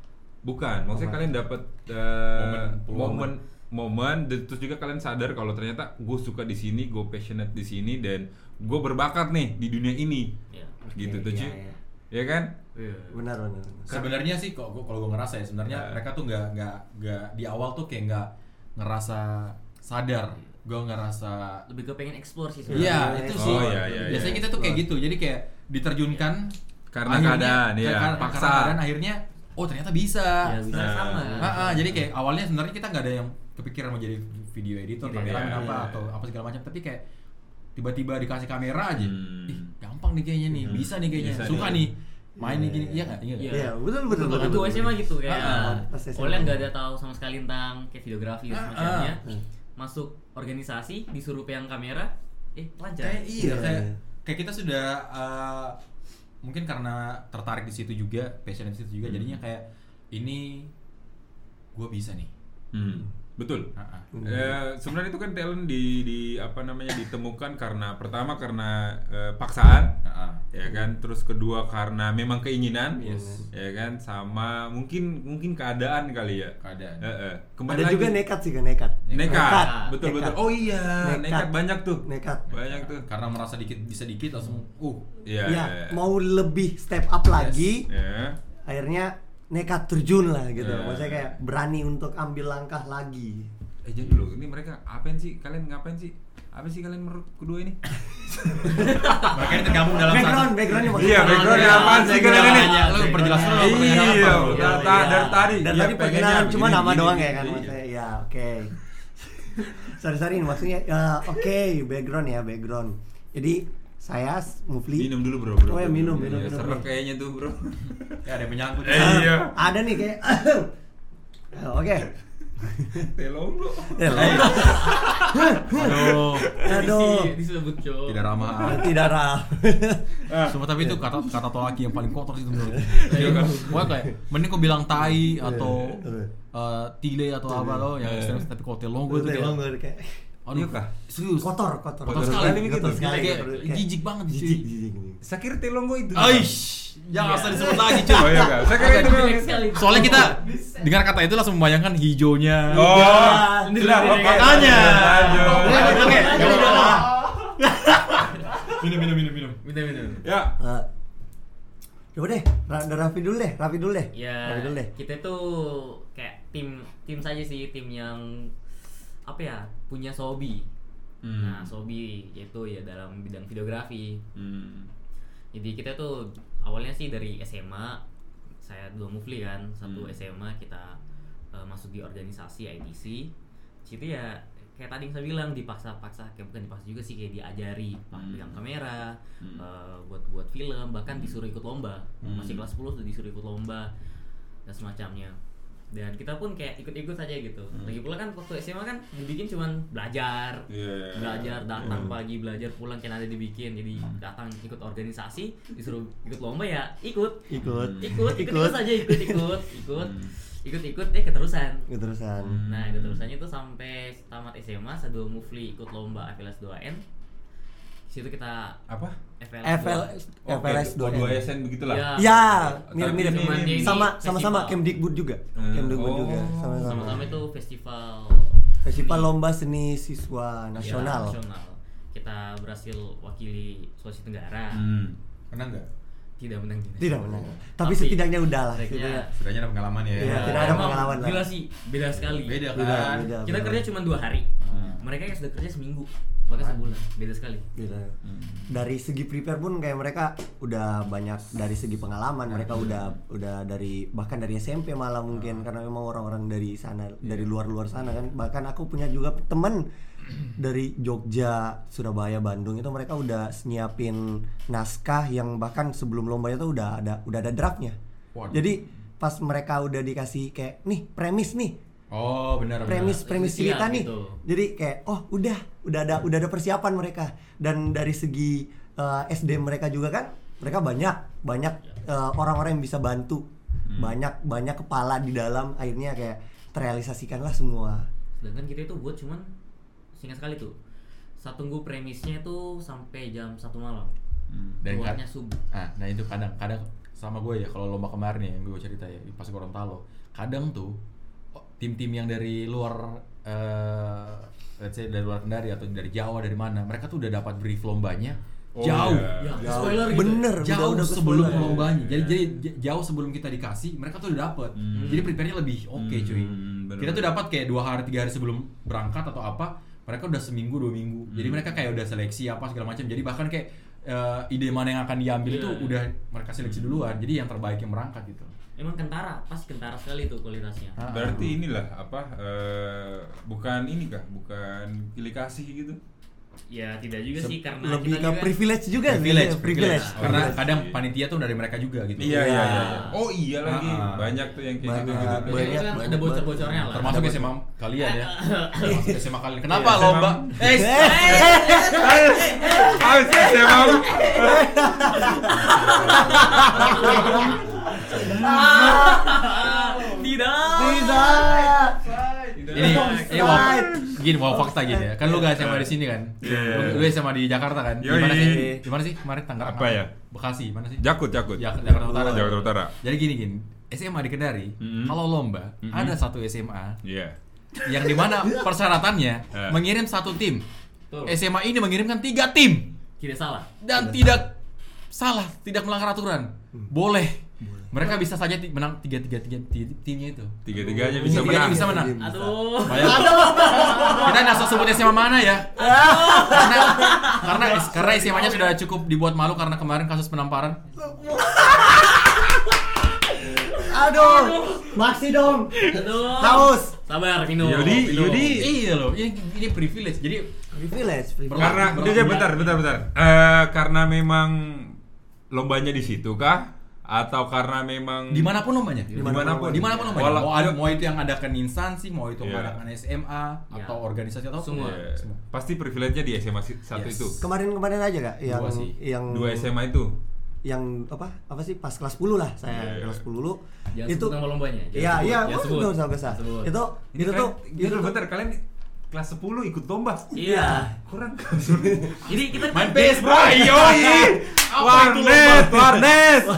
bukan maksudnya
Momen.
kalian dapat
Momen, peluang.
eh,
kan?
momen momen dan terus juga kalian sadar kalau ternyata gue suka di sini gue passionate di sini dan gue berbakat nih di dunia ini
Iya.
gitu tuh
iya,
cuy
iya.
ya kan
Benar, benar. benar.
sebenarnya sih kok gua- kalau gue ngerasa ya sebenarnya
Nah.
mereka tuh nggak nggak nggak di awal tuh kayak nggak ngerasa sadar gue ngerasa
Lebih ke pengen explore sih
Iya
Iya,
itu
iya.
sih.
Oh, iya, iya,
Biasanya
iya.
kita tuh kayak gitu. Jadi kayak diterjunkan
Karena keadaan, iya,
kar- karena
paksa.
keadaan akhirnya oh ternyata bisa.
Ya, bisa
Nah.
sama.
Ah, ah, jadi kayak awalnya sebenarnya kita nggak ada yang kepikiran mau jadi video editor,
Iya,
kamera
iya.
apa atau apa segala macam. Tapi kayak tiba-tiba dikasih kamera aja.
Hmm.
Ih, gampang nih kayaknya nih.
Hmm.
Bisa nih kayaknya.
Bisa
Suka
nih.
nih. Main nih gini. Iya nggak? Iya nggak?
Iya, betul betul.
Betul,
betul,
kan
betul,
gue SMA
betul.
gitu kayak
Ah,
ah,
pas SMA.
oleh nggak ada tahu sama sekali tentang kayak videografi dan
Ah,
semacamnya
ah.
masuk organisasi disuruh pegang kamera eh lancar
Kayak iya,
Iya,
kayak,
iya.
kayak kita sudah eh, mungkin karena tertarik di situ juga, passion di situ juga,
Hmm.
jadinya kayak ini gue bisa nih.
Hmm, betul
Ah, ah.
Hmm.
Eh, sebenarnya itu kan talent di di apa namanya ditemukan karena pertama karena eh, paksaan
Ah, ah.
ya
Hmm.
kan terus kedua karena memang keinginan
Yes.
ya kan sama mungkin mungkin keadaan kali ya
Keadaan.
Eh, eh.
Ada juga nekat sih, gak nekat.
nekat,
Nekat.
betul
Nekat.
betul oh iya nekat.
Nekat.
banyak tuh
Nekat.
banyak tuh
Karena merasa dikit bisa dikit langsung uh.
iya
ya,
iya.
mau lebih step up lagi,
Iya.
akhirnya nekat terjun lah gitu.
Iya.
Maksudnya kayak berani untuk ambil langkah lagi.
eh jadi dulu ini mereka apain sih kalian ngapain sih apa sih kalian menurut kedua ini
Mereka ini tergabung dalam
background, backgroundnya maksudnya.
Iya, backgroundnya apaan sih kalian ini?
Tanya, lu perjelas dulu
Iya,
pertanyaan apa lu?
iya,
dari ta-
iya.
dari tadi
Dan
iya,
tadi
pengennya
perkenalan cuma
begini,
nama
begini,
doang ya kan
begini.
maksudnya. Ya, oke. Sorry sorry ini maksudnya ya, oke, background ya, background. Jadi saya Mufli
minum dulu bro, bro.
Oh ya, minum, minum,
Iya,
minum,
serak
bro.
kayaknya tuh bro
Ya ada yang menyangkut.
Eh, iya.
ada nih kayak Eh, Oke.
telong bro
Eh, lah.
Aduh.
Eh, Aduh. Ah,
Disi- disebut cowok.
Tidak ramah.
Tidak rah.
Sumpah tapi itu kata kata tolaki yang paling kotor sih menurut gue.
Iya.
ya?
Pokoknya kayak mending kau bilang tai atau
Iya.
eh, tile atau apa lo yang
Iya.
ekstremis tapi kotel lo gue
Gue
tuh
tuh
kayak
kayak
aduh
Iya kah?
serius
kotor, kotor.
Kotor sekali
Kotor
gitu.
sekali.
Kayak
kotor.
jijik banget sih.
Jijik, jijik. jijik.
Sakir telonggo itu.
Oh, Aish, jangan
Iya.
usah disebut lagi cuy.
Oh, iya nggak? Saya kira itu
Jelek sekali.
Soalnya kita dengar kata itu langsung membayangkan hijaunya.
Oh,
Ini
jelas
dari-
makanya.
Lanjut.
Lanjut.
Oke,
Lanjut.
oke.
Lanjut.
Minum minum minum minum.
Minta minta. minta.
Ya.
Eh, Coba deh, Ra- Raffi dulu deh, Raffi dulu deh.
Ya,
Raffi dulu deh.
kita tuh kayak tim tim saja sih, tim yang apa ya punya sobi.
Hmm.
Nah, sobi yaitu ya dalam bidang videografi.
Hmm.
Jadi kita tuh awalnya sih dari SMA, saya dua mufli kan, satu
Hmm.
SMA kita eh, masuk di organisasi ITC. Situ ya kayak tadi yang saya bilang dipaksa-paksa, kayak bukan dipaksa juga sih kayak diajari pak
Hmm.
pegang kamera,
Hmm.
eh, buat buat film, bahkan disuruh ikut lomba.
Hmm.
Masih kelas 10 sudah disuruh ikut lomba dan semacamnya. Dan kita pun kayak ikut-ikut saja gitu. Lagi pula kan waktu SMA kan dibikin cuman belajar,
Hmm. Iya.
belajar
Hmm.
datang pagi belajar pulang kan ada dibikin jadi datang ikut organisasi disuruh ikut lomba ya ikut
Ikut.
Hmm. ikut ikut
Ikut.
ikut saja ikut ikut ikut
Hmm.
ikut ikut deh keterusan
Keterusan.
nah keterusannya itu sampai tamat SMA sedua mufli ikut lomba FLS 2N Di situ kita
Apa?
FLS
FL
2
FLS 2
SN begitulah.
Ya.
Ya, mirip-mirip.
Tapi cuman ini
Sama sama-sama
festival.
Kemdikbud juga.
Hmm.
Kemdikbud
Oh.
juga
sama-sama
sama-sama.
itu festival
Festival
seni.
Lomba Seni Siswa
Ya,
Nasional.
nasional kita berhasil wakili Sulawesi Tenggara
Hmm.
Pernah enggak?
tidak menang
Tidak menang. Tapi setidaknya udahlah.
setidaknya
setidaknya.
Setidaknya ada pengalaman ya.
Iya,
Nah,
tidak ada
emang
pengalaman lah.
Gila sih, beda sekali.
Beda Hmm. kan.
Beda, beda.
Kita kerja cuma dua hari. Mereka yang sudah kerja seminggu, bahkan sebulan. Beda sekali.
Gitu. Dari segi prepare pun kayak mereka udah banyak dari segi pengalaman mereka udah udah dari bahkan dari SMP malah mungkin karena memang orang-orang dari sana dari luar-luar sana kan bahkan aku punya juga temen dari Jogja, Surabaya, Bandung itu mereka udah nyiapin naskah yang bahkan sebelum lomba itu udah ada udah ada draftnya.
Waduh.
Jadi pas mereka udah dikasih kayak nih premis nih
Oh, benar benar.
premis premis
Itu siap
cerita nih
gitu.
jadi kayak oh udah udah ada udah ada persiapan mereka dan dari segi eh, SDM mereka juga kan mereka banyak banyak eh, orang-orang yang bisa bantu banyak banyak kepala di dalam akhirnya kayak terrealisasikanlah semua
Sedangkan kita itu buat cuman singkat sekali tuh. Saya tunggu premisnya itu sampai jam satu malam.
Dan kan-
Keluarnya subuh.
Nah, nah itu kadang-kadang sama gue ya kalau lomba kemarin ya, yang gue cerita ya pas Gorontalo. Kadang tuh oh, tim-tim yang dari luar eh let's say dari luar Kendari atau dari Jawa dari mana, mereka tuh udah dapat brief lombanya
Oh,
jauh.
iya.
Ya, spoiler gitu.
bener udah,
Jauh
udah ke Iya.
sebelum
spoiler.
lombanya. Jadi jadi j- jauh sebelum kita dikasih, mereka tuh udah dapat.
Hmm.
Jadi prepare-nya lebih oke cuy.
Hmm, bener.
kita tuh dapat kayak dua hari tiga hari sebelum berangkat atau apa, mereka udah seminggu dua minggu. Jadi
Hmm.
mereka kayak udah seleksi apa segala macam. Jadi bahkan kayak eh, ide mana yang akan diambil itu
Iya.
udah mereka seleksi
Hmm.
duluan. Jadi yang terbaik yang berangkat gitu.
Emang kentara, pas kentara sekali tuh kualitasnya.
Ah.
Berarti inilah apa eh, bukan ini kah? Bukan pilih kasih gitu.
Ya tidak juga sih karena
lebih ke
kita juga-
privilege juga sih,
Privilege,
Iya, privilege,
privilege. Karena
Privilege.
kadang panitia tuh dari mereka juga gitu.
Oh, Iya, iya, iya.
Iya.
Oh, iya lagi.
Ah.
Banyak tuh yang kayak
Banyak,
gitu-gitu. tuh.
Biasanya kan
banyak,
ada
banyak.
bocor-bocornya lah.
Termasuk
Dapat-
SMA kalian ya. Termasuk SMA kalian. Kenapa
Iya,
lomba? Eh,
Harus SMA lu.
Ah.
Tidak.
tidak
ini
Iya.
ini wow,
Offside.
gini wow fakta gini ya. Kan lu gak SMA di sini kan?
Iya.
Lu, lu SMA di Jakarta kan? Di
Yoi.
mana sih? Di mana sih? Kemarin Tangerang.
Apa ya?
Bekasi, mana sih?
Jakut, jakut.
Jak- Jakarta Utara.
Jakarta Utara.
Jadi gini gini, SMA di Kendari,
Mhm.
kalau lomba
Mhm.
ada satu SMA
Iya.
yang dimana persyaratannya
Eh.
mengirim satu tim.
Tuh.
SMA ini mengirimkan tiga tim
Tidak salah.
dan tidak salah, tidak melanggar aturan. Boleh. Mereka bisa saja ti- menang tiga tiga tiga ti- timnya itu.
Tiga-tiganya bisa
Tiga-tiganya
menang.
Bisa
Iya,
menang.
Aduh.
Bayangin. Kita nggak usah sebut SMA mana ya. karena karena karena SMA-nya sudah cukup dibuat malu karena kemarin kasus penamparan.
iya. aduh maksi dong
Aduh.
haus
Sabar, minum.
Yodi,
minum.
Yodi.
Iya loh, ini, ini privilege. Jadi
privilege privilege
Karena
Berlaku,
dia
berlaku.
bentar, bentar, bentar. Eh, karena memang lombanya di situ kah? atau karena memang
dimanapun namanya
Dimanapun.
dimanapun namanya
Walau-
mau, Oh, ada, mau itu yang adakan instansi mau itu yang
Iya.
adakan SMA atau organisasi atau
Iya. Semua.
apapun.
Iya. pasti privilege-nya di SMA si- satu
Yes.
itu
Kemarin-kemarin aja kak yang
Dua sih.
yang
dua SMA itu
yang apa apa sih pas kelas 10 lah saya
Iya, iya.
kelas 10 dulu
Jangan
itu
sebut nama lombanya. jangan
iya iya
sebut, jangan
oh,
sebut.
nggak usah nggak usah.
Sebut. Iya.
itu
Ini
itu
kalian-
tuh
ini dulu bentar kalian kelas 10 ikut lomba
Iya.
kurang Eh,
Jadi kita kan
Main
kita-
PS, bro.
Iya,
Yoi! warnet warnet apa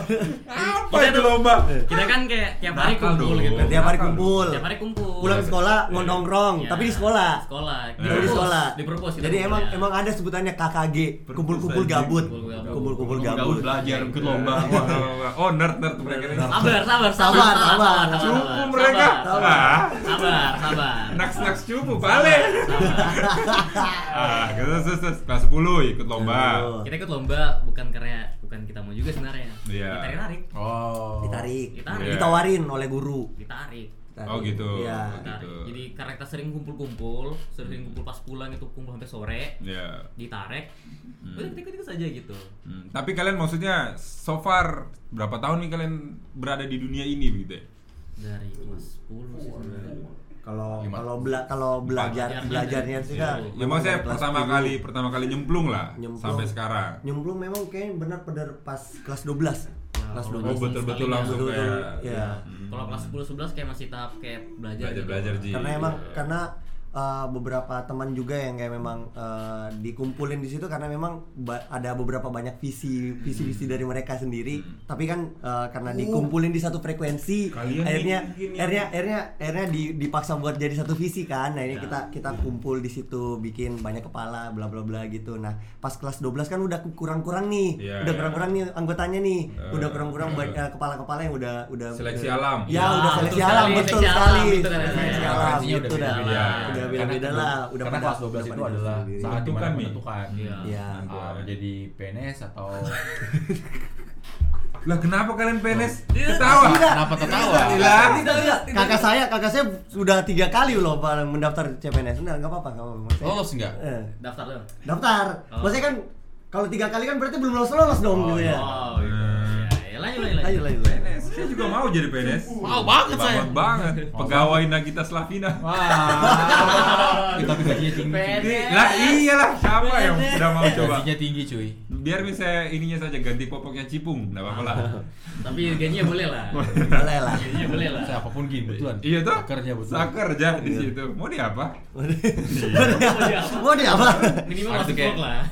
Kita
itu
tuh-
lomba
Kita kan kayak tiap hari
Nakal
kumpul
dong.
gitu.
tiap hari
Nakal.
kumpul
Tiap hari kumpul.
pulang sekolah mau nongkrong
Iya.
tapi di sekolah
Sekolah.
Iya.
Tapi di
perpus,
sekolah
Di perpus kita
jadi emang
kumpulnya.
emang ada sebutannya KKG kumpul-kumpul
anjing.
gabut
Kumpul gabut.
kumpul-kumpul
Kumpul
gabut
belajar ikut lomba
Wah, wah, wah. oh nerd nerd mereka ini
Sabar, sabar,
Sabar,
sabar,
sabar.
Cukup mereka.
Sabar,
Ah.
sabar, sabar.
naks naks cupu balik
Sabar.
ah terus terus, terus kelas 10 ikut lomba
Betul.
Kita ikut lomba bukan karena bukan kita mau juga sebenarnya.
Iya.
Ditarik-tarik.
oh
ditarik
Ditarik.
ditawarin oleh guru
Ditarik.
Ditarik.
Oh, gitu.
Iya.
Ditarik.
Gitu.
Jadi karena kita sering kumpul-kumpul, sering kumpul pas pulang itu kumpul sampai sore,
ya
ditarik. Udah kita ikut saja gitu.
Hmm, Tapi kalian maksudnya so far berapa tahun nih kalian berada di dunia ini gitu ya?
Dari kelas 10 sih sebenarnya.
kalau
Lima.
kalau bela kalau belajar
Belajarnya
belajarnya
dari-
sih Kak,
Iya.
Ya
Oh, memang
maksudnya
dari kelas
pertama
10.
kali pertama kali nyemplung lah
Nyemplung.
sampai sekarang.
nyemplung memang kayaknya benar pada pas kelas 12 kelas
kalau
Oh
12
betul-betul
Sekali
langsung
betul-betul,
kayak
iya.
Hmm.
Kalau kelas 10 11 kayak masih tahap kayak belajar gitu.
belajar-belajar Ji.
karena emang
Iya.
karena uh, beberapa teman juga yang kayak memang uh, dikumpulin di situ karena memang ba- ada beberapa banyak visi visi visi
Hmm.
dari mereka sendiri tapi kan uh, karena dikumpulin di satu frekuensi
Kalian
akhirnya
ini- ini-
akhirnya akhirnya akhirnya di- dipaksa buat jadi satu visi kan nah
Ya.
ini kita kita kumpul di situ bikin banyak kepala bla bla bla gitu nah pas kelas 12 kan udah kurang-kurang nih
Iya,
udah
iya.
kurang-kurang nih anggotanya nih udah
Eh,
kurang-kurang
eh.
banyak kepala-kepala yang udah udah
Seleksi
udah-
alam.
ya
Ya,
udah
betul
seleksi
sekali,
alam betul
seleksi alam,
sekali
itu kan
Seleksi
rasanya.
alam,
Referensinya
gitu
udah
dah
beda-beda.
udah
Karena- kan
beda-beda lah udah
karena
pada-
kelas
udah
12 itu
pada
adalah
sendiri.
saat
Menentukan,
dimana
Mi.
menentukan ya?
Iya.
Iya.
Ah, mau jadi PNS atau
Lah kenapa kalian PNS ketawa?
Iya,
kenapa tertawa
Lah.
Tidak, tidak, tidak. kakak saya kakak saya sudah tiga kali loh Pak, mendaftar CPNS nah nggak apa-apa nggak apa-apa Maksudnya,
lolos nggak
eh,
Daftar dong.
daftar
Oh.
maksudnya kan kalau tiga kali kan berarti belum lolos lolos dong gitu ya
Oh, gitu. Ya, ya, lanjut, lanjut,
ayo lanjut
lanjut.
PNS. Saya juga mau jadi PNS.
Mau banget saya.
Banget banget. Pegawai Nagita Slavina.
wah tapi gajinya tinggi cuy.
PNS.
Lah iyalah siapa yang udah mau coba?
gajinya tinggi cuy
Biar bisa ininya saja ganti popoknya cipung, enggak apa-apa lah.
Tapi gajinya boleh lah.
boleh lah
Gajinya boleh lah.
saya apapun gini betulan
Iya tuh.
kerja betulan
Sakerja di situ. Mau di apa?
mau dia apa
Minimal
Ada
masuk
kayak-
vlog lah.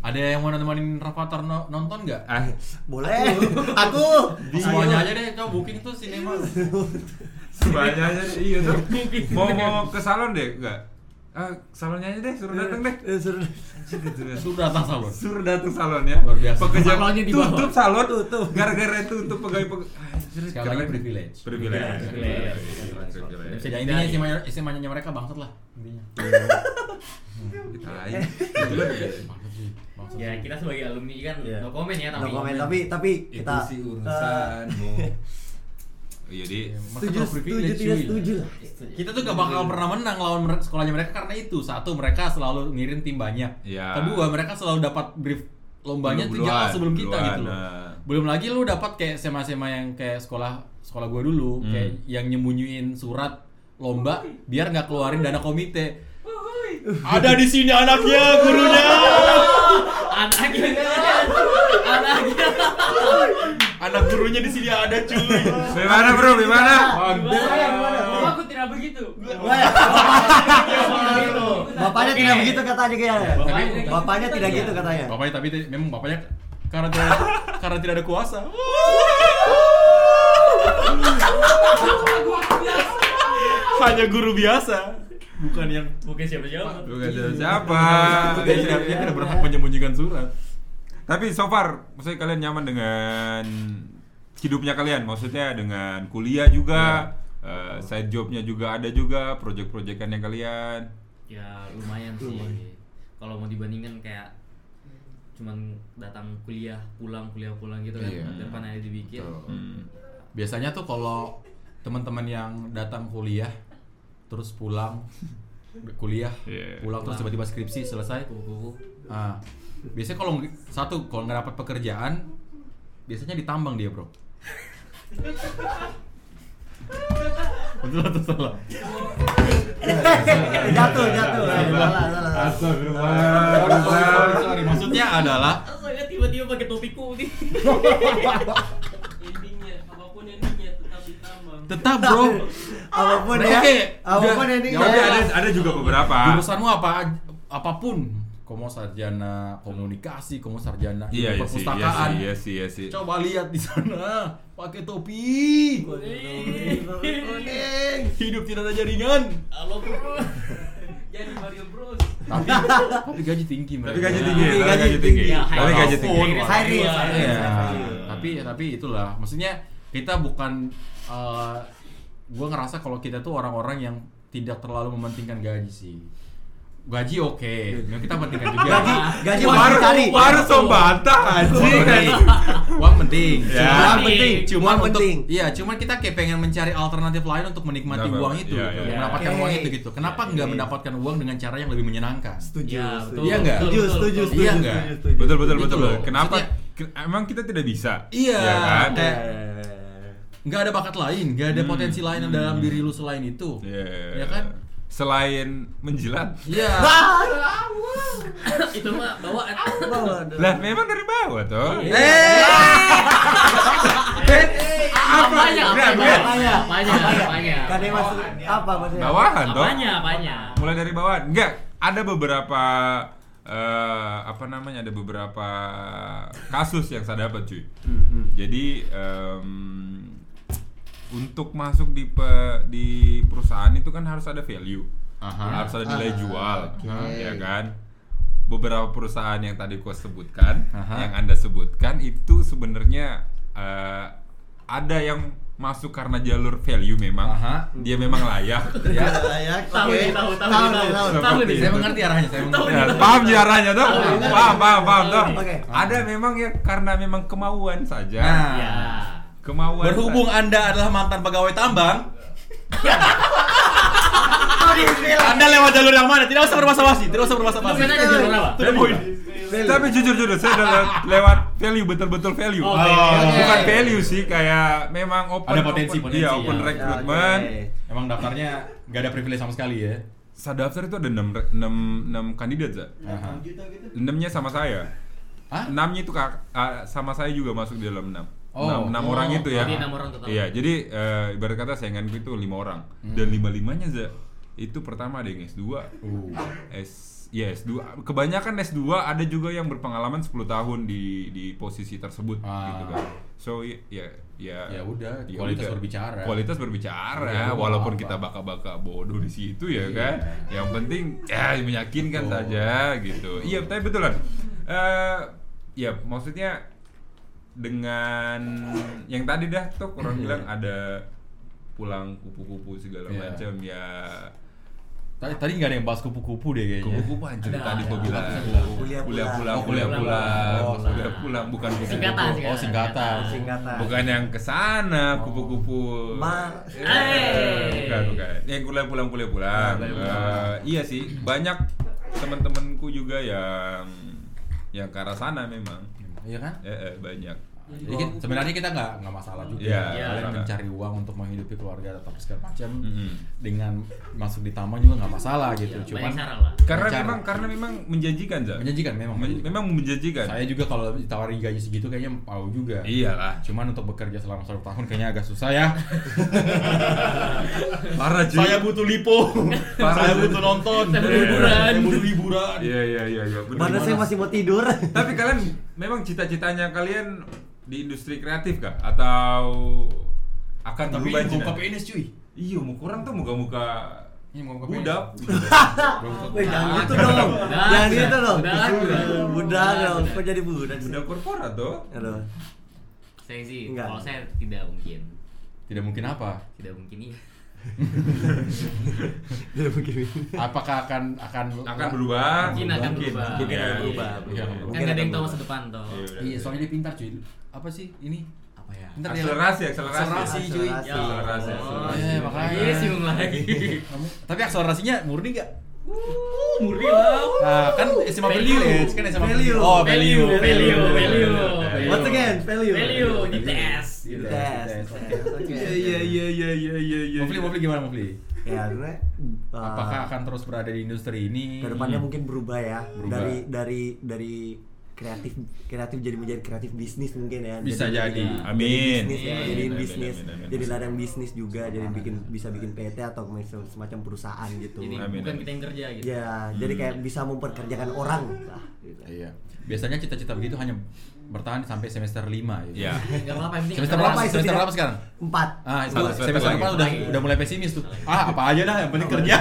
ada yang mau nemenin Rafathar no- nonton nggak
Ah,
boleh aku
semuanya aja deh coba booking tuh sinema
Semuanya aja deh, iya tuh. Mau mau ke salon deh, enggak? Ah, salonnya aja deh, suruh datang deh.
Eh, suruh.
sudah datang salon
Suruh datang salonnya.
Luar biasa.
Pekerja
Salonnya di bawah.
tutup salon tutup. Gara-gara tutup pegawai pegawai.
Sekali lagi privilege.
Privilege.
Privilege.
Privilege.
ya intinya SMA SMA-nya mereka bangsat lah intinya
Tai.
bangsat sih bangsat
Ya, kita sebagai alumni kan
Iya.
no comment ya tapi.
No comment, tapi tapi
Itu
kita
sih
eh,
urusanmu. Iya, Di.
setuju setuju tidak setuju lah
kita tuh gak bakal pernah menang lawan mer- sekolahnya mereka karena itu satu mereka selalu ngirim tim banyak
Iya.
kedua mereka selalu dapat brief lombanya tuh
Dulu-duluan,
jauh sebelum kita
duluan,
gitu loh
nah.
belum lagi lu dapat kayak SMA SMA yang kayak sekolah sekolah gua dulu
Hmm.
kayak yang nyemunyiin surat lomba biar nggak keluarin dana komite ada di sini anaknya gurunya
Anaknya. Anaknya.
anak gurunya di sini ada cuy
Gimana, Bro? Gimana?
Gimana, gimana?
Aku tidak begitu.
Wah, ya. Bapaknya tidak
Oke.
begitu katanya kayaknya.
Bapaknya
Bapaknya,
tidak
tidak gitu katanya.
bapaknya tapi t- memang bapaknya karena tidak karena tidak ada kuasa hanya guru biasa bukan yang
Bukan siapa-siapa.
Bukan siapa-siapa.
Dia tidak- dia tidak iya, berhak menyembunyikan surat
Tapi so far, maksudnya kalian nyaman dengan hidupnya kalian, maksudnya dengan kuliah juga, eh,
Iya.
side jobnya juga ada juga, project-projectannya kalian.
Ya lumayan sih. Kalau mau dibandingkan kayak cuman datang kuliah pulang kuliah pulang gitu kan
Iya.
depan ada dibikin
Hmm.
biasanya tuh kalau teman-teman yang datang kuliah terus pulang kuliah
Iya.
pulang terus tiba-tiba skripsi selesai
kuku-kuku
ah biasanya kalau nge- satu kalau nggak dapat pekerjaan biasanya ditambang dia bro Betul atau salah?
jatuh jatuh salah salah
Nah,
Sorry, sorry, sorry. Maksudnya adalah
Soalnya tiba-tiba pakai topiku nih. Endingnya, apapun endingnya tetap ditambang.
tetap bro.
apapun ya
Oke,
apapun
udah.
ini
Ya
ya
udah ada ada juga beberapa.
Jurusanmu apa aj- apapun. Kamu Ah. sarjana komunikasi, kamu sarjana
Iya iya sih, iya
ilmu perpustakaan.
sih, iya sih, iya sih.
Coba lihat di sana, pakai topi. Hidup tidak ada jaringan.
Halo bro. Jadi Mario Bros. Nah,
Tapi tapi gaji tinggi mereka.
Tapi gaji tinggi, tapi gaji tinggi.
Ya,
Tapi gaji
high
tinggi.
risk,
High risk,
high
high
risk.
Iya.
Iya.
Tapi tapi itulah, maksudnya kita bukan eh, gua ngerasa kalau kita tuh orang-orang yang tidak terlalu mementingkan gaji sih. Gaji oke, kita pentingkan juga.
gaji gaji
Baru-
baru cari
Baru sombata anjing.
Uang penting.
Ya.
Cuman-
yang penting
Cuman
Uang
untuk,
penting
iya, cuman kita kayak pengen mencari alternatif lain untuk menikmati
Kenapa?
uang itu,
Iya,
gitu.
iya.
mendapatkan
Oke.
uang itu gitu. Kenapa nggak mendapatkan uang dengan cara yang lebih menyenangkan?
setuju
Ya,
setuju.
betul.
Iya nggak?
setuju
Betul,
setuju
betul.
setuju
Iya nggak?
setuju, setuju.
Betul betul
Gitu
betul.
loh.
Kenapa?
Maksudnya-
ke- Emang kita tidak bisa.
Iya,
kan?
kayak
Eh,
nggak ada bakat lain, nggak ada
Hmm.
potensi lain
Hmm.
dalam diri lu selain itu.
Iya.
Ya kan?
Selain menjilat.
Iya.
Itu mah bawaan.
bawah dong.
Lah memang dari bawah toh.
Iya.
Apanya?
Lihat,
Apanya?
lihat.
Apanya? Apanya? Apanya?
Kan dia masuk apa maksudnya?
Bawahan toh.
Apanya? Apanya?
Mulai dari bawah. Enggak, ada beberapa eh, apa namanya? Ada beberapa kasus yang saya dapat, cuy. Jadi em, untuk masuk di pe- di perusahaan itu kan harus ada value.
Aha.
Harus ada nilai
Ah,
jual,
oke.
ya kan? Beberapa perusahaan yang tadi gua sebutkan,
Aha.
yang Anda sebutkan itu sebenarnya eh, ada yang masuk karena jalur value memang.
Aha.
Dia memang layak.
Ya.
layak.
Tahu
Oke.
nih, tahu, tahu,
Tahu
nih,
nih,
tahu.
tahu.
Tahu nih.
Saya mengerti arahnya, saya mengerti.
Ya, paham jaranya tuh?
Tahu,
tahu.
Paham, paham, paham tuh.
Oke.
Ada memang yang karena memang kemauan saja.
Nah.
Ya.
kemauan.
Berhubung Anda adalah mantan pegawai tambang, Anda lewat jalur yang mana? Tidak usah bermasalah sih, tidak usah bermasalah.
Lu kan ada jalur apa?
Tapi, tapi jujur jujur saya udah lewat, lewat value betul-betul value.
Oke,
Oh.
oke.
Bukan value sih kayak memang open
Ada potensi,
open,
potensi,
iya,
ya.
open
Ya,
recruitment.
Oke.
Emang daftarnya nggak ada privilege sama sekali ya?
Saya daftar itu ada 6 kandidat, Za.
Aha.
gitu.
6-nya sama saya.
Hah?
6-nya itu kak- ah, sama saya juga masuk di dalam 6.
Oh.
6,
Oh,
orang itu ya.
jadi enam orang total.
Iya, jadi eh, ibarat kata sainganku itu 5 orang. Dan
Hmm.
5-5-nya Za, itu pertama ada yang S2,
Uh.
S ya S2. Kebanyakan S2 ada juga yang berpengalaman 10 tahun di di posisi tersebut
Ah.
gitu kan. So i- ya ya
Ya udah, kualitas berbicara.
Kualitas berbicara
Iya, mau
walaupun
apa.
kita baka-baka bodoh di situ ya
Iya.
kan. Yang penting ya meyakinkan
Betul.
saja gitu. Iya, tapi betulan. Eh ya maksudnya dengan yang tadi dah tuh orang bilang ada pulang kupu-kupu segala
Iya.
macam ya
Tadi tadi nggak ada yang bahas kupu-kupu deh kayaknya.
kupu-kupu anjir
Ada,
tadi
ada.
gua bilang
Kuliah
kuliah pulang
Oh, kuliah
kuliah pulang
pulang.
kuliah pulang bukan kupu-kupu.
Singkatan, singkatan.
Oh, singkatan.
Singkatan.
bukan yang kesana kupu-kupu
Ma-
Eh,
Eh.
bukan bukan yang kuliah pulang kuliah pulang Eh, iya sih banyak teman-temanku juga yang yang ke arah sana memang
Iya kan?
eh, eh, banyak
Jadi kita- Iya kan? sebenarnya kita nggak nggak masalah juga.
Iya, Hmm.
Kalian
nggak.
mencari uang untuk menghidupi keluarga atau segala macam.
Mm-mm.
Dengan masuk di taman juga nggak masalah gitu.
Ya,
Cuman
banyak cara lah.
karena
Cara.
memang karena memang menjanjikan Za.
menjanjikan memang.
Men- memang menjanjikan
Saya juga kalau ditawari gaji segitu kayaknya mau juga.
iyalah
Cuman untuk bekerja selama satu tahun kayaknya agak susah ya.
parah cuy.
Saya butuh lipo.
Parah.
saya butuh nonton.
Saya butuh hiburan.
Saya butuh hiburan.
iya iya iya iya bener.
Mana saya masih mau tidur?
Tapi kalian memang cita-citanya kalian di industri kreatif kah? Atau akan
Tapi
berubah
ini buka
cita?
PNS cuy.
Iya, mau kurang tuh muka-muka
Ini mau buka PNS.
budak.
Weh, jangan gitu dong.
Udah,
Jangan
udah.
gitu dong.
Udah, udah.
Budak
Udah,
dong.
udah.
Kok jadi budak sih?
Budak korporat tuh.
Aduh.
Saya sih,
Enggak.
kalau saya tidak mungkin.
Tidak mungkin apa?
Tidak mungkin iya.
Jadi begini.
Apakah akan akan
Akan berubah.
Mungkin akan berubah.
Mungkin akan
Iya,
berubah.
iya,
iya.
Kan
Mungkin
nggak ada
akan
yang tahu
berubah.
masa depan toh.
Iya, udah.
Iya, soalnya dia pintar cuy. Apa sih ini? Apa ya? Pintar dia.
Akselerasi, akselerasi.
Akselerasi cuy.
Akselerasi.
Ya Allah.
Akselerasi,
Oh,
akselerasi.
Eh, makanya.
Iya, singgung lagi.
Kamu- Tapi akselerasinya murni gak?
Uh, murni lah.
Nah, kan SMA
Value.
privilege, kan SMA
Value.
Oh, value,
Value, value, value.
value.
Once again, value.
Value di tes.
Gitu. Tes, tes. Oke.
Iya iya iya iya iya iya. iya. Mufli Mufli gimana Mufli?
Ya, sebenarnya, uh,
Apakah akan terus berada di industri ini?
kedepannya mungkin berubah ya
Berubah.
dari dari dari kreatif kreatif jadi menjadi kreatif bisnis mungkin ya
Bisa jadi.
Amin.
bisnis ya
Amin,
jadiin
amin,
bisnis
amin, amin.
jadi ladang bisnis juga jadi bikin bisa bikin PT atau semacam- semacam perusahaan gitu
Jadi
Amin,
bukan
amin.
kita yang kerja gitu.
ya jadi kayak bisa memperkerjakan orang lah gitu.
Iya. Biasanya cita-cita begitu hanya bertahan sampai semester 5 gitu.
Ya.
Enggak Eh, apa-apa yang penting
Semester
ada-
berapa?
itu
semester
tidak-
berapa sekarang?
empat
Ah, itu
Salah, semester
semester
lagi.
depan udah udah mulai pesimis tuh. Ah, apa aja dah yang penting kerja.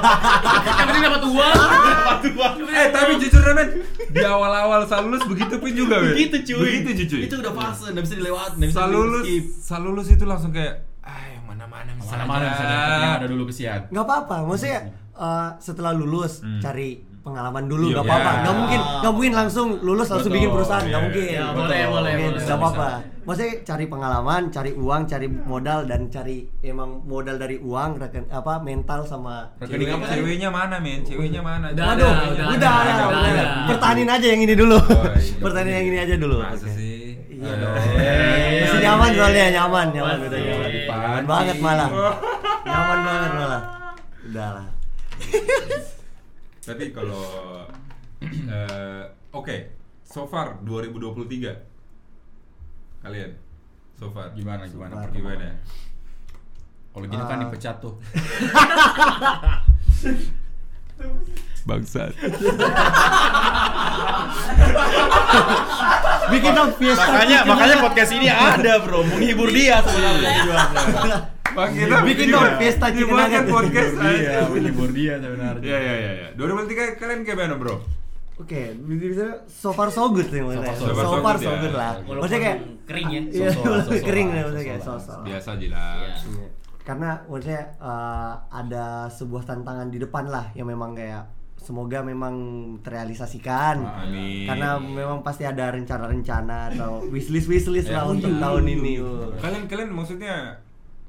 Yang penting dapat uang. Dapat uang.
Eh tapi jujur men, di awal-awal saya lulus begitu pun juga men.
Begitu cuy.
Begitu cuy.
Itu udah fase, enggak bisa dilewat, enggak bisa
Saya lulus,
di-skip.
saya lulus itu langsung kayak, ah yang mana-mana bisa
Mana-mana
aja."
bisa dapat ada dulu kesian.
nggak apa-apa maksudnya eh, setelah lulus
Hmm.
cari pengalaman
Iya.
dulu nggak apa-apa nggak
Ya.
mungkin nggak mungkin langsung lulus langsung
Betul.
bikin perusahaan nggak
Iya,
mungkin
iya,
iya.
Betul.
Boleh, boleh,
Mungkin,
boleh.
nggak
Bisa,
apa-apa maksudnya cari pengalaman cari uang cari modal dan cari emang modal dari uang reken, apa mental sama
Rekening
Cewek-
apa tadi?
Ceweknya mana men? Ceweknya mana?
Udah
Waduh,
ada,
udah,
udah
ada,
ada,
udah
udah
ada.
ada.
Pertahanin aja yang ini dulu.
Oh, iya.
Pertahanin yang ini aja dulu.
Masa
Oke.
sih?
Iya
Aduh.
dong.
Eh,
Masih
iya,
nyaman
iya.
soalnya, nyaman, nyaman
Masih.
udah nyaman. Nyaman
Panci.
banget malah. Nyaman banget malah. Udah lah.
Tapi kalau eh, oke, so far 2023 kalian so far
Gimana gimana
Super.
perkembangan?
gimana?
Kalau gini kan
Ah.
dipecat tuh.
Bangsat.
Bikin dong fiesta. bikin dong.
podcast ini ada, Bro, menghibur dia
Iya.
sebenarnya.
Bikin dong pesta chicken
Dibuatkan
nugget.
podcast
Iya,
aja.
menghibur dia sebenarnya.
Iya iya iya. iya. 2023 kalian gimana bro?
Oke, bisa so far so good sih maksudnya.
So far,
so
So far
good,
so
ya.
good lah.
Walaupun
Maksudnya kayak
kering ya.
Iya,
So-soan,
lebih
so-soan,
kering lah maksudnya kayak
so-soan.
so-so.
Biasa aja lah.
Iya.
Iya. karena maksudnya eh, ada sebuah tantangan di depan lah yang memang kayak semoga memang terrealisasikan
Amin.
karena memang pasti ada rencana-rencana atau wishlist wishlist lah untuk tahun ini Oh.
kalian kalian maksudnya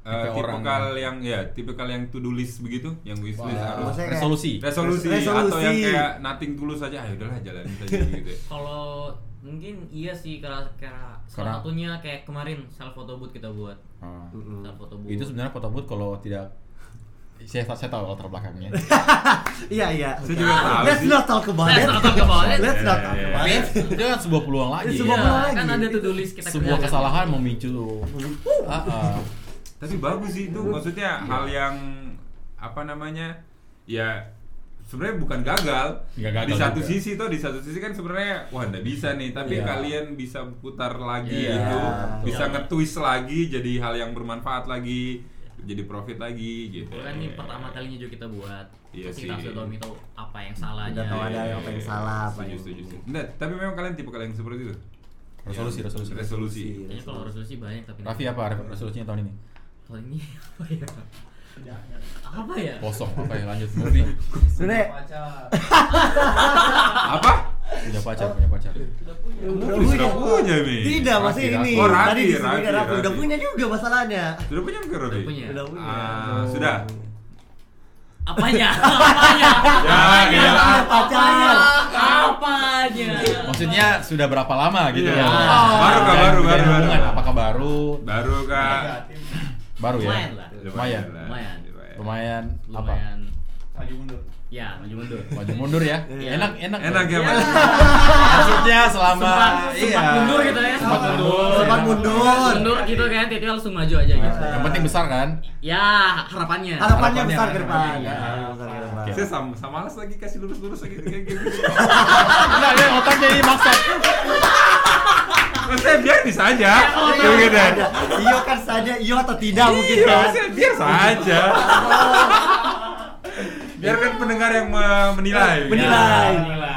eh
Tipe orang
tipikal yang ya tipikal yang to do list begitu, yang wish list
Wah.
harus
Maksudnya kayak-
Resolusi.
resolusi,
Resolusi.
atau yang kayak nothing tulus aja, ayo udahlah jalanin saja gitu. ya.
Kalau mungkin iya sih karena karena
Karena-
salah satunya kayak kemarin self photo booth kita buat.
Ah.
Mm-mm.
Self photo booth.
Itu sebenarnya foto booth kalau tidak saya, saya tahu latar belakangnya.
iya iya
Saya juga tahu
let's
sih.
not talk about it
Let's not talk about it.
let's not
Iya,
talk
iya,
about
Tapi
it
itu kan sebuah peluang lagi.
Sebuah
Iya.
peluang
Iya, kan
lagi.
ada to-do list kita
sebuah
kerjakan.
kesalahan memicu Ah, ah.
Tapi bagus sih itu, maksudnya hal yang apa namanya? Ya sebenarnya bukan gagal.
Nggak gagal
di satu
juga.
sisi tuh di satu sisi kan sebenarnya wah nggak bisa nih, tapi
Iya.
kalian bisa putar lagi
Iya.
itu,
Betul.
bisa nge-twist lagi jadi hal yang bermanfaat lagi, jadi profit lagi gitu.
Itu kan ini pertama kalinya juga kita buat.
Iya
Terus
sih.
Kita sudah tahu itu apa yang salahnya. Gitu.
Udah tahu ada
Iya,
apa
iya, iya.
yang salah, apa
Setuju,
yang-
setuju, setuju. Nggak, tapi memang kalian tipe kalian yang seperti itu.
Resolusi,
Yang-
resolusi.
resolusi.
Kayaknya kalau resolusi banyak tapi
Raffi apa re- resolusinya tahun ini?
Kalau ini apa ya? Apa ya?
Kosong, apa ya lanjut Murni
sebenarnya
Apa?
punya pacar, punya pacar.
udah
Sudah punya, Mi.
tidak masih
Rapi,
ini
rapi. Oh, rapi,
tadi disebutnya
rapi,
rapi udah
rapi.
punya juga masalahnya
Sudah punya nggak Robi?
Udah punya.
udah punya
Ah, sudah.
Apanya? Apanya?
Ya,
ah,
iyalah.
Pacar.
Apanya?
Maksudnya sudah berapa lama gitu
Iya.
loh.
Baru kah,
Dan
baru,
menjalin
baru,
hubungan,
baru.
Apakah baru?
Baru kak.
Baru ya.
Lumayan lah.
Lumayan.
lah,
Lumayan.
Lumayan apa?
Lumayan. Ya, maju mundur.
Maju mundur ya.
Iya.
Enak, enak.
Enak ya,
ya.
Pak.
Maksudnya selama
Sempat, sempat mundur gitu ya.
iya. Sempat mundur.
Sempat mundur.
Mundur gitu kan, tiba-tiba langsung maju aja gitu.
Yang penting besar kan?
Ya, harapannya.
harapannya besar ke
harapannya,
depan
iya.
Harapannya besar ke depan.
Saya sama, sama alas lagi kasih lurus-lurus lagi kayak gitu.
Enggak, ya, otaknya ini maksa.
Saya biar bisa aja.
Iya,
Kayak gitu.
ada. Iya kan saja, iya atau tidak mungkin
Iya,
kan?
saya biar saja. Biarkan pendengar yang me- menilai.
Iya, Menilai.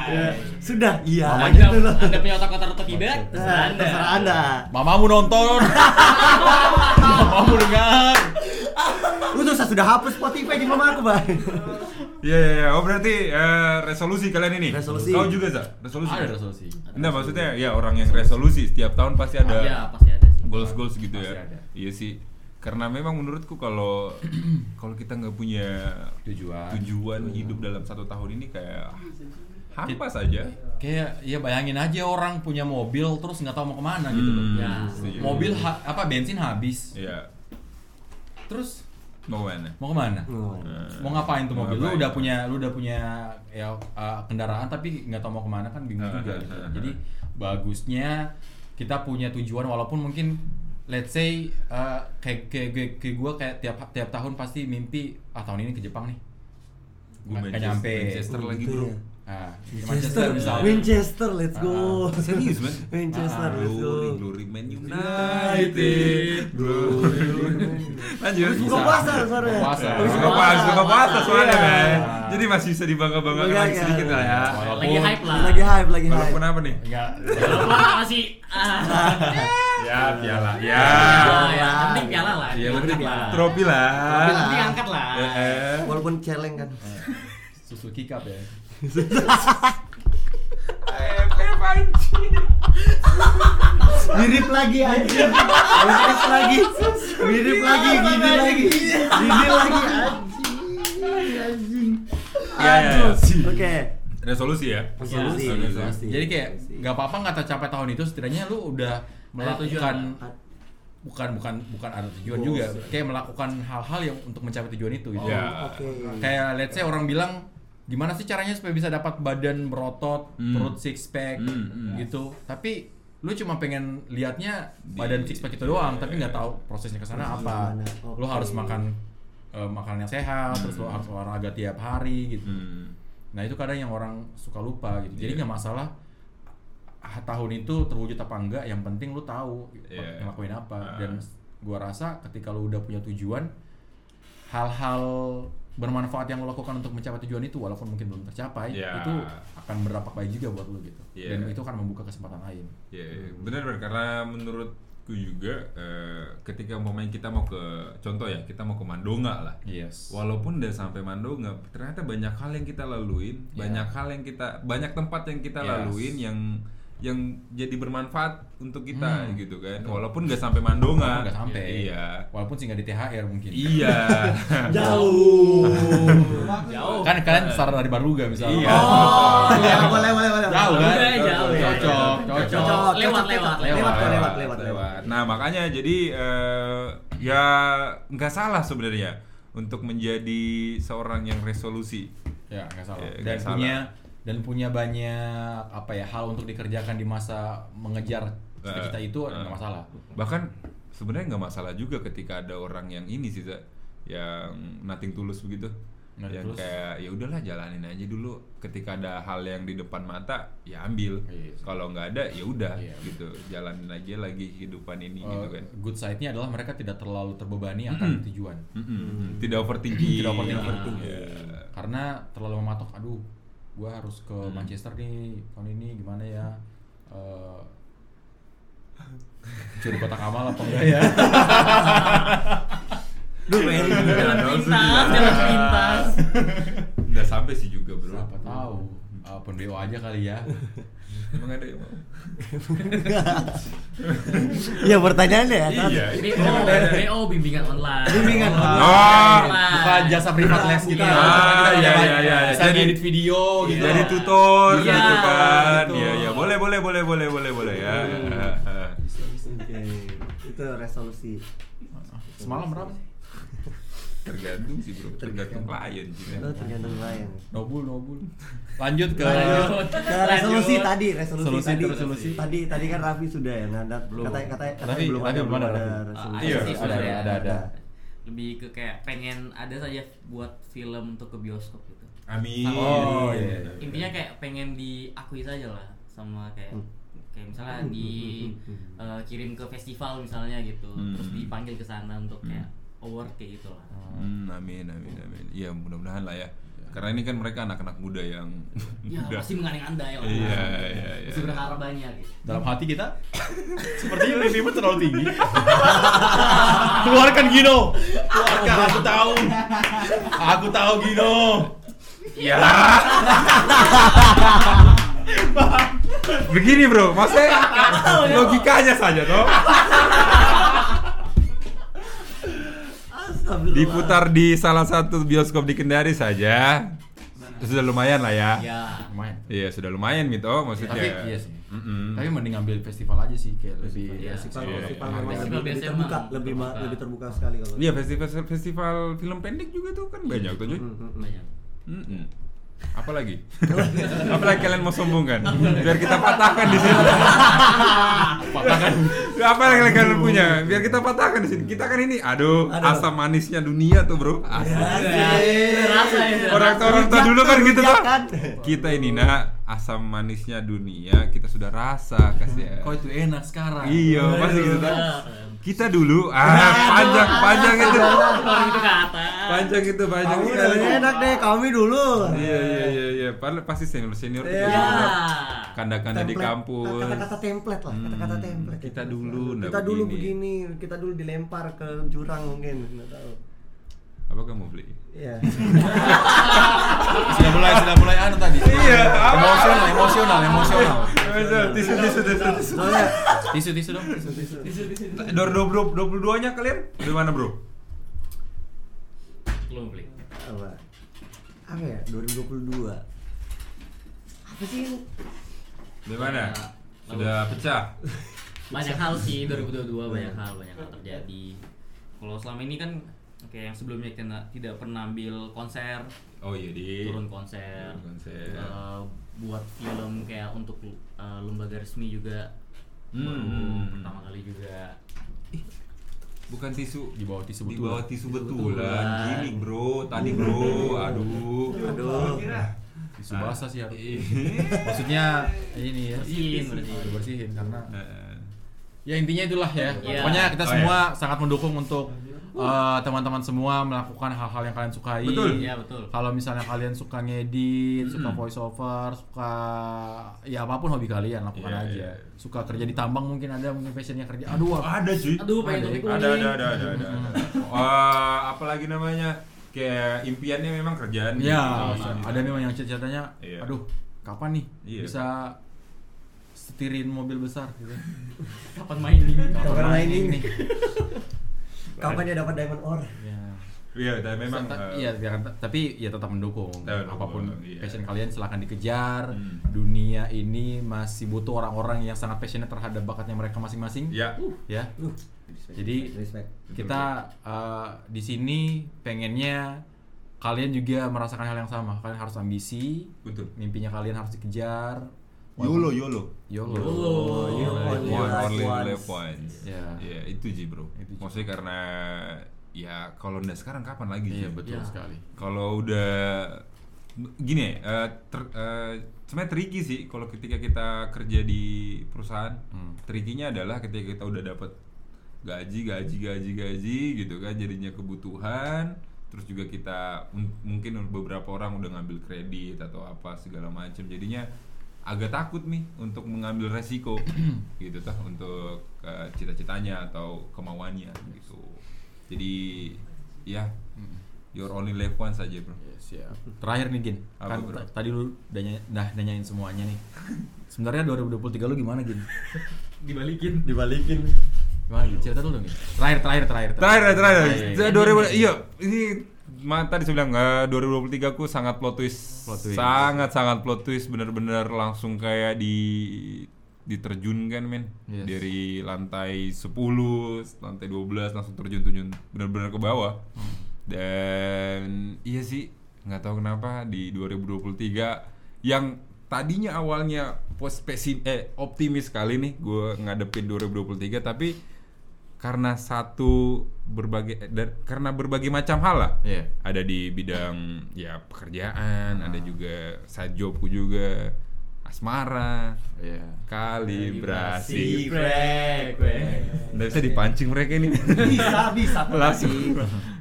Ya. Sudah, iya.
Anda,
Gitu loh.
anda punya otak-otak atau tidak? Terserah
Nah,
anda.
Terserah Anda.
Mamamu nonton. Mamamu dengar.
Lu tuh saya sudah hapus Spotify di mama aku, Bang.
Iya, iya, iya. Oh berarti eh, resolusi kalian ini.
Resolusi.
Kau juga, Za? Resolusi.
Ada resolusi.
Enggak maksudnya ya orang yang resolusi setiap tahun pasti ada
Ya, pasti ada sih.
goals goals gitu
Pasti
ya.
ada.
Iya sih. Karena memang menurutku kalau kalau kita nggak punya
Tujuan.
tujuan hidup dalam satu tahun ini kayak hampa saja
kayak ya bayangin aja orang punya mobil terus nggak tahu mau kemana gitu loh.
Hmm,
Ya.
setuju.
Mobil ha- apa bensin habis.
Iya.
Terus
mau mana
mau kemana? Mau
Nah,
ngapain tuh
Mau
mobil? Lu
ngapain?
udah punya lu udah punya ya uh, kendaraan tapi nggak tahu mau kemana kan bingung
Ah, ah,
juga gitu.
ah, ah.
Jadi bagusnya kita punya tujuan walaupun mungkin let's say uh, kayak kayak kayak, kayak gua kayak tiap tiap tahun pasti mimpi ah tahun ini ke Jepang nih.
Gua
Nggak nyampe.
Manchester
Oh,
lagi
gitu
bro
ya.
Ah, ke
Manchester, ya.
misalnya.
Winchester, let's go.
Ah. serius man Ah,
Manchester, let's go.
glory glory man united lanjut
Buka puasa, sore.
Buka puasa.
Terus
Buka
buka puasa, buka puasa
puasa.
soalnya
Iya.
kan. Jadi masih bisa dibangga-banggakan
Iya,
lagi
iya.
sedikit lah ya.
Lagi hype lah.
Lagi hype, lagi hype.
Walaupun apa nih?
Nggak,
Walaupun masih ah,
Ya piala. Ya.
ya, ya, yang penting piala lah.
Ya
diangkat
penting
lah.
trofi lah.
Yang penting angkat lah.
Eh, eh.
Walaupun celeng kan.
Suzuki Cup ya.
FF anjing.
Mirip lagi anjing. Mirip lagi. Mirip lagi, gini lagi. Gini lagi anjing. Anjing.
Ya ya. ya.
Oke.
Ada solusi ya.
Resolusi.
Resolusi.
resolusi.
Jadi kayak nggak apa-apa nggak tercapai tahun itu setidaknya lu udah melakukan bukan bukan bukan ada tujuan
Goals,
juga
ya.
kayak melakukan hal-hal yang untuk mencapai tujuan itu gitu.
Oh,
Ya.
Oke.
Kayak let's say orang bilang gimana sih caranya supaya bisa dapat badan berotot,
Hmm.
perut six pack
Hmm, hmm.
gitu. Tapi lu cuma pengen liatnya
Di-
badan six pack itu doang, tapi nggak tahu prosesnya ke sana
Prosesnya
apa.
gimana. Oke.
Lu harus makan eh, makanan yang sehat, terus lu harus olahraga tiap hari gitu.
Hmm.
Nah itu kadang yang orang suka lupa gitu.
Iya.
Jadi nggak masalah ah, tahun itu terwujud apa enggak, yang penting lu tahu
Iya.
ngelakuin
Ah.
apa. Dan gua rasa ketika lu udah punya tujuan, hal-hal bermanfaat yang lo lakukan untuk mencapai tujuan itu walaupun mungkin belum tercapai
Iya.
itu akan berdampak baik juga buat lu gitu
Iya.
dan itu akan membuka kesempatan lain
Ya, benar benar karena menurutku juga eh, ketika momen kita mau ke contoh ya, kita mau ke Mandonga lah.
yes
Walaupun udah sampai Mandonga, ternyata banyak hal yang kita laluin,
Ya.
banyak hal yang kita banyak tempat yang kita
Yes.
laluin yang yang jadi bermanfaat untuk kita
Hmm.
gitu kan. Walaupun nggak sampai Mandonga.
nggak sampai
Iya.
walaupun sih nggak di THR mungkin
Iya.
Jauh.
Jauh.
kan kalian setara dari Baruga misalnya
Iya.
Oh, ya, boleh, boleh, boleh.
jauh kan
Baruga jauh ya.
iya.
cocok cocok
Cocok.
Cocok,
Lewat, lewat,
cocok. lewat,
lewat,
kok, lewat, lewat, lewat.
Nah makanya jadi eh, ya nggak salah sebenarnya untuk menjadi seorang yang resolusi.
Ya, nggak salah.
Ya,
dan
nggak salah.
punya dan punya banyak apa ya hal untuk dikerjakan di masa mengejar cita-cita
Eh,
itu
eh.
nggak masalah.
Bahkan sebenarnya nggak masalah juga ketika ada orang yang ini sih Za, yang nating tulus begitu.
Nothing
yang
tulus.
kayak ya udahlah jalanin aja dulu ketika ada hal yang di depan mata ya ambil
Iya.
kalau nggak ada ya udah
Iya.
gitu jalanin aja lagi kehidupan ini gitu Hmm.
Eh,
kan
good side-nya adalah mereka tidak terlalu terbebani akan tujuan.
Mm-mm. tidak overthinking
Hmm. Tidak overthinking.
Iya.
Karena terlalu mematok, aduh, gua harus ke
Hmm.
Manchester nih tahun ini gimana ya? Eh curi kotak amal apa enggak ya?
Duh, men.
Jalan
Jangan
pintas,
langsung
jalan
dilarang.
pintas.
Nggak sampai sih juga bro.
Siapa tahu? Eh, Open BO aja kali ya.
Emang ada yang mau?
Ya pertanyaannya ya. Tat.
Iya.
Jadi
itu
oh,
yang ada.
BO bimbingan online.
Bimbingan online.
Ah.
Bukan jasa privat les gitu ya.
Bukan. Ah,
Kita
iya,
bisa-
iya, iya.
Bisa
Jadi- iya.
edit video gitu.
Jadi tutor
Iya,
gitu kan.
gitu.
Iya iya. Boleh boleh boleh boleh boleh boleh ya.
Oke. Itu resolusi.
Semalam berapa sih?
Tergantung sih bro. Tergantung klien sih.
Itu Oh, tergantung klien.
Nobul, nobul. Lanjut ke
Lanjut.
Nah, resolusi
Lanjut.
tadi, resolusi
Solusi,
tadi.
resolusi.
Tadi tadi kan Raffi sudah ya, Nanda belum. Kata kata kata
Raffi-
belum
Raffi
ada
belum
belum
ada,
ada
Raffi.
resolusi.
Iya,
Pasti
ada,
sudah
ada, ada.
Lebih ke kayak pengen ada saja buat film untuk ke bioskop gitu.
Amin.
Oh, iya.
Intinya kayak pengen diakui saja lah sama kayak kayak misalnya di eh, kirim ke festival misalnya gitu,
Hmm.
terus dipanggil ke sana untuk kayak award kayak gitu lah.
Hmm, amin amin amin. Iya mudah-mudahan lah ya. Karena ini kan mereka anak-anak muda yang
Ya
muda.
pasti mengandai-andai lah.
Iya iya iya.
Pasti berharap banyak gitu.
Dalam hati kita sepertinya mimpimu terlalu tinggi. Keluarkan Gino. Keluarkan aku tahu. Aku tahu Gino.
Ya. Begini bro, maksudnya logikanya saja toh
Astagfirullah.
diputar di salah satu bioskop di Kendari saja.
Nah.
sudah lumayan lah ya. Iya,
ya lumayan
sudah lumayan gitu oh, maksudnya.
tapi iya sih
Mm-mm.
tapi mending ngambil festival aja sih kayak lebih
Iya.
festival
Iya,
festival
iya.
memang
Festival
lebih, lebih
biasanya
terbuka
emang
lebih ma-
terbuka.
lebih terbuka sekali kalau
Iya festival festival film pendek juga tuh kan banyak tuh cuy.
Mm, mm, mm.
banyak
Mm-mm. Apalagi? Apalagi kalian mau sombong kan? Biar kita patahkan di sini. patahkan. Apa yang kalian punya? Biar kita patahkan di sini. Kita kan ini, aduh,
Aduh. Iya.
asam manisnya dunia tuh bro. Asam.
terasa ya
Orang
terasa.
orang tua dulu kan gitu tuh.
Kan?
Kita ini nak asam manisnya dunia kita sudah rasa kasih.
kok itu enak sekarang
Iya, pasti gitu tuh. Kita dulu, ah,
Aduh,
panjang, panjang itu,
orang itu ke atas
panjang itu, panjang
Kamu
itu.
udah lebih enak deh, kami dulu.
Iya iya iya iya. Padahal pasti senior senior
Iya.
Ah,
Kanda-kanda di
Template.
kampus. Hmm,
Kata-kata template lah, kata-kata template.
kita dulu ndak
Kita dulu
begini.
begini, kita dulu dilempar ke jurang mungkin, enggak tahu.
Apa kamu beli?
Iya.
sudah mulai sudah mulai anu tadi
Iya, apa?
emosional emosional emosional
Tisu tisu tisu tisu.
Soalnya
tisu tisu dong tisu tisu
Dor dua puluh dua puluh duanya kalian di mana bro?
belum beli
apa? Apa ya? 2022. Apa sih? yang-
Di mana?
Ya,
Sudah pecah.
banyak hal sih 2022 banyak hal banyak hal terjadi kalau selama ini kan kayak yang sebelumnya kita tidak pernah ambil konser
Oh iya di.
turun konser,
Turun konser.
eh, buat film kayak untuk eh, lembaga resmi juga
Hmm.
baru pertama kali juga
Bukan tisu.
di bawah tisu
Di
betul
bawah tisu
Betulan.
betulan. Gini bro, tadi bro. Aduh. Nah, iya.
Aduh.
tisu basah sih harus
Ih.
maksudnya ini ya
Bersihin, bersihin.
Iya. bersihin, bersihin karena
Eh,
ya intinya itulah ya
Iya.
pokoknya kita
Oh,
semua sangat mendukung untuk eh, teman-teman semua melakukan hal-hal yang kalian sukai
Betul.
Iya, betul.
kalau misalnya kalian suka ngedit suka
Hmm.
voice over suka ya apapun hobi kalian lakukan
Iya,
aja
iya. Ah,
suka kerja di tambang mungkin ada mungkin passionnya kerja aduh
Oh,
apa-
Ada cuy.
aduh pengen
Ada,
topi kuning
ada ada ada ada ada, ada. Wah, apalagi namanya kayak impiannya memang kerjaan
ya
gitu.
ada memang yang cita-citanya
Iya.
aduh kapan nih
Iya.
bisa setirin mobil besar gitu.
kapan main ini
Kapan
main
main ini?
ini?
Kapan dia dapat diamond ore?
Ya.
iya tapi memang
Ta-
eh,
iya biar- tapi ya tetap mendukung
Tetap mendukung,
apapun
iya.
passion kalian silahkan dikejar
Hmm.
dunia ini masih butuh orang-orang yang sangat passionate terhadap bakatnya mereka masing-masing
ya
ya
Uh,
jadi
respect.
kita eh, di sini pengennya kalian juga merasakan hal yang sama kalian harus ambisi
betul
mimpinya kalian harus dikejar
yolo yolo
Yolo.
yolo Yolo.
Yolo.
One,
Oh, Only life
Oh, iya, only
once.
life once.
Iya.
Iya, itu sih bro
Itu sih.
maksudnya karena ya kalau ndak sekarang kapan lagi
iya
cuy?
Iya.
betul
Ya,
sekali
kalau udah gini ya, eh, ter- eh, sebenarnya tricky sih kalau ketika kita kerja di perusahaan
Hmm.
trickynya adalah ketika kita udah dapat gaji gaji gaji gaji gitu kan jadinya kebutuhan terus juga kita m- mungkin beberapa orang udah ngambil kredit atau apa segala macam jadinya agak takut nih untuk mengambil resiko gitu tah untuk eh, cita-citanya atau kemauannya gitu jadi ya Your only life once aja bro.
Ya, siap. Terakhir nih Gin,
Apa,
kan
bro?
t- tadi lu udah, nanya- dah nanyain semuanya nih. Sebenarnya 2023 lu gimana Gin?
dibalikin
Dibalikin.
Gimana Gin? Cerita dulu dong Gin. Terakhir, terakhir, terakhir.
Terakhir, terakhir.
Iya,
Saya
iya.
2000 iya, ini ma- tadi saya bilang eh, 2023 ku sangat plot twist.
Plot twist.
Sangat sangat plot twist bener-bener langsung kayak di diterjunkan men
Yes.
dari lantai 10, lantai 12 langsung terjun-terjun bener-bener ke bawah.
Hmm.
Dan iya sih, nggak tahu kenapa di 2023 yang tadinya awalnya pos pesi- eh optimis sekali nih gue ngadepin 2023 tapi karena satu berbagai eh, dar- karena berbagai macam hal lah
Iya.
ada di bidang ya pekerjaan ada juga side jobku juga asmara
Iya.
kalibrasi
frekuensi
nggak bisa dipancing mereka ini
Bisa, bisa.
langsung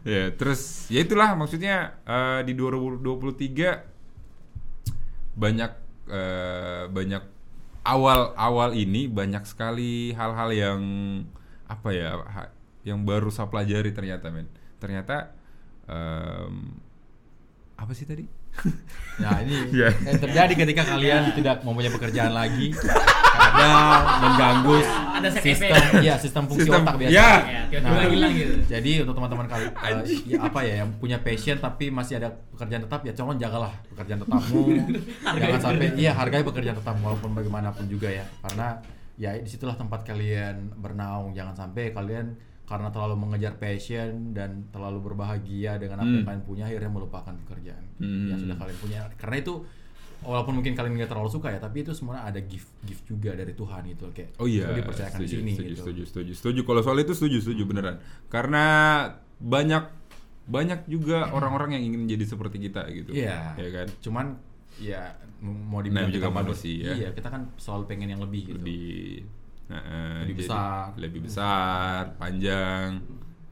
ya terus ya itulah maksudnya eh, di 2023 banyak eh, banyak awal awal ini banyak sekali hal-hal yang apa ya ha- yang baru saya pelajari ternyata men ternyata em, apa sih tadi
Nah ini
Iya.
yang terjadi ketika kalian tidak mempunyai pekerjaan lagi karena mengganggu
Ada set
sistem
efek.
ya sistem fungsi
Sistem-
otak biasa. Nah,
ya.
Ya, tiba-tiba hilang gitu.
Jadi untuk teman-teman kali eh, ya apa ya yang punya passion tapi masih ada pekerjaan tetap ya tolong jagalah pekerjaan tetapmu. Jangan sampai iya hargai pekerjaan tetap walaupun bagaimanapun juga ya. Karena ya disitulah tempat kalian bernaung. Jangan sampai kalian karena terlalu mengejar passion dan terlalu berbahagia dengan apa yang
Hmm.
kalian punya akhirnya melupakan pekerjaan
Hmm.
yang sudah kalian punya. Karena itu walaupun mungkin kalian nggak terlalu suka ya tapi itu sebenarnya ada gift gift juga dari Tuhan gitu kayak
Oh iya.
itu dipercayakan
setuju,
di sini
Setuju,
gitu.
setuju, setuju, setuju. Kalau soal itu setuju, setuju beneran. Karena banyak banyak juga orang-orang yang ingin jadi seperti kita gitu.
Iya.
Ya kan?
Cuman ya m- mau
Namanya
dibilang
Nah, juga
kita
manusia.
Iya, kita kan selalu pengen yang lebih gitu.
Lebih nah, eh,
Lebih
jadi
besar.
lebih besar, panjang,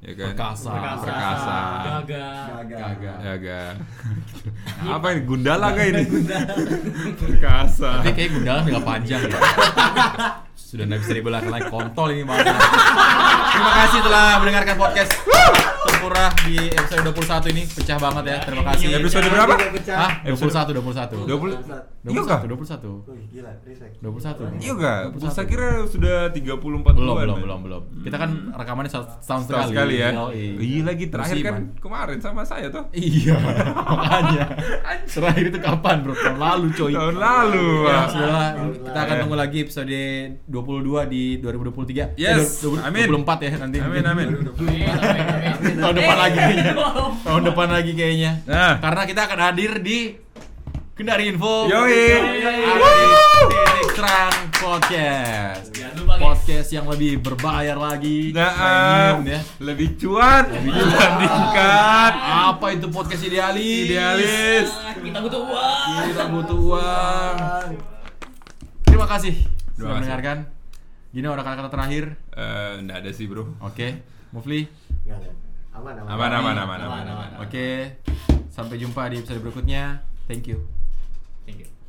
ya kan?
Perkasa.
Perkasa.
Perkasa.
Gagah.
Gagal.
Ya kan? Apa ini gundala kayak ini? Perkasa.
Tapi kayak Gundala nggak panjang ya. Sudah nggak bisa dibelakang lagi kontol ini malah. Terima kasih telah mendengarkan podcast Tempura di episode 21 ini pecah banget ya. Terima kasih. Ah,
Ini episode berapa?
Hah?
Hah?
21 21.
20. Iya kah?
21 21.
Wih, gila, respect.
21.
Iya kah?
21.
Saya kira sudah 34 puluhan.
belum belum belum belum kita kan rekamannya satu tahun
Hmm. Setahun sekali ya.
Yoi.
Iya lagi terakhir kan
Musiman.
kemarin sama saya tuh.
Iya, makanya. Terakhir itu kapan bro? Tahun lalu coy.
Tahun lalu,
Ya,
Wak.
sudahlah.
Tahun
Kita
lalu.
akan tunggu lagi episode 22 di 2023.
Yes,
Eh, 20- 20-
amin.
24 ya nanti.
Amin amin.
Tahun
Eh,
depan lagi kayaknya. Tahun depan lagi kayaknya.
Nah.
Karena kita akan hadir di Kendari Info.
Yoi.
Iya, Titik Terang Podcast.
Jangan lupa, guys.
Podcast yang lebih berbayar lagi.
Nah,
premium
eh,
ya.
lebih cuan dibandingkan
Apa itu podcast idealis?
idealis.
Kita butuh uang.
Kita butuh uang. Terima kasih
Terima kasih.
sudah mendengarkan. Gini ada kata-kata terakhir.
Eh, nggak ada sih bro.
Oke, Mufli.
Enggak, enggak. Aman, aman.
Aman aman aman aman.
Aman,
aman.
aman.
Oke. Sampai jumpa di episode berikutnya. Thank you.
Thank you.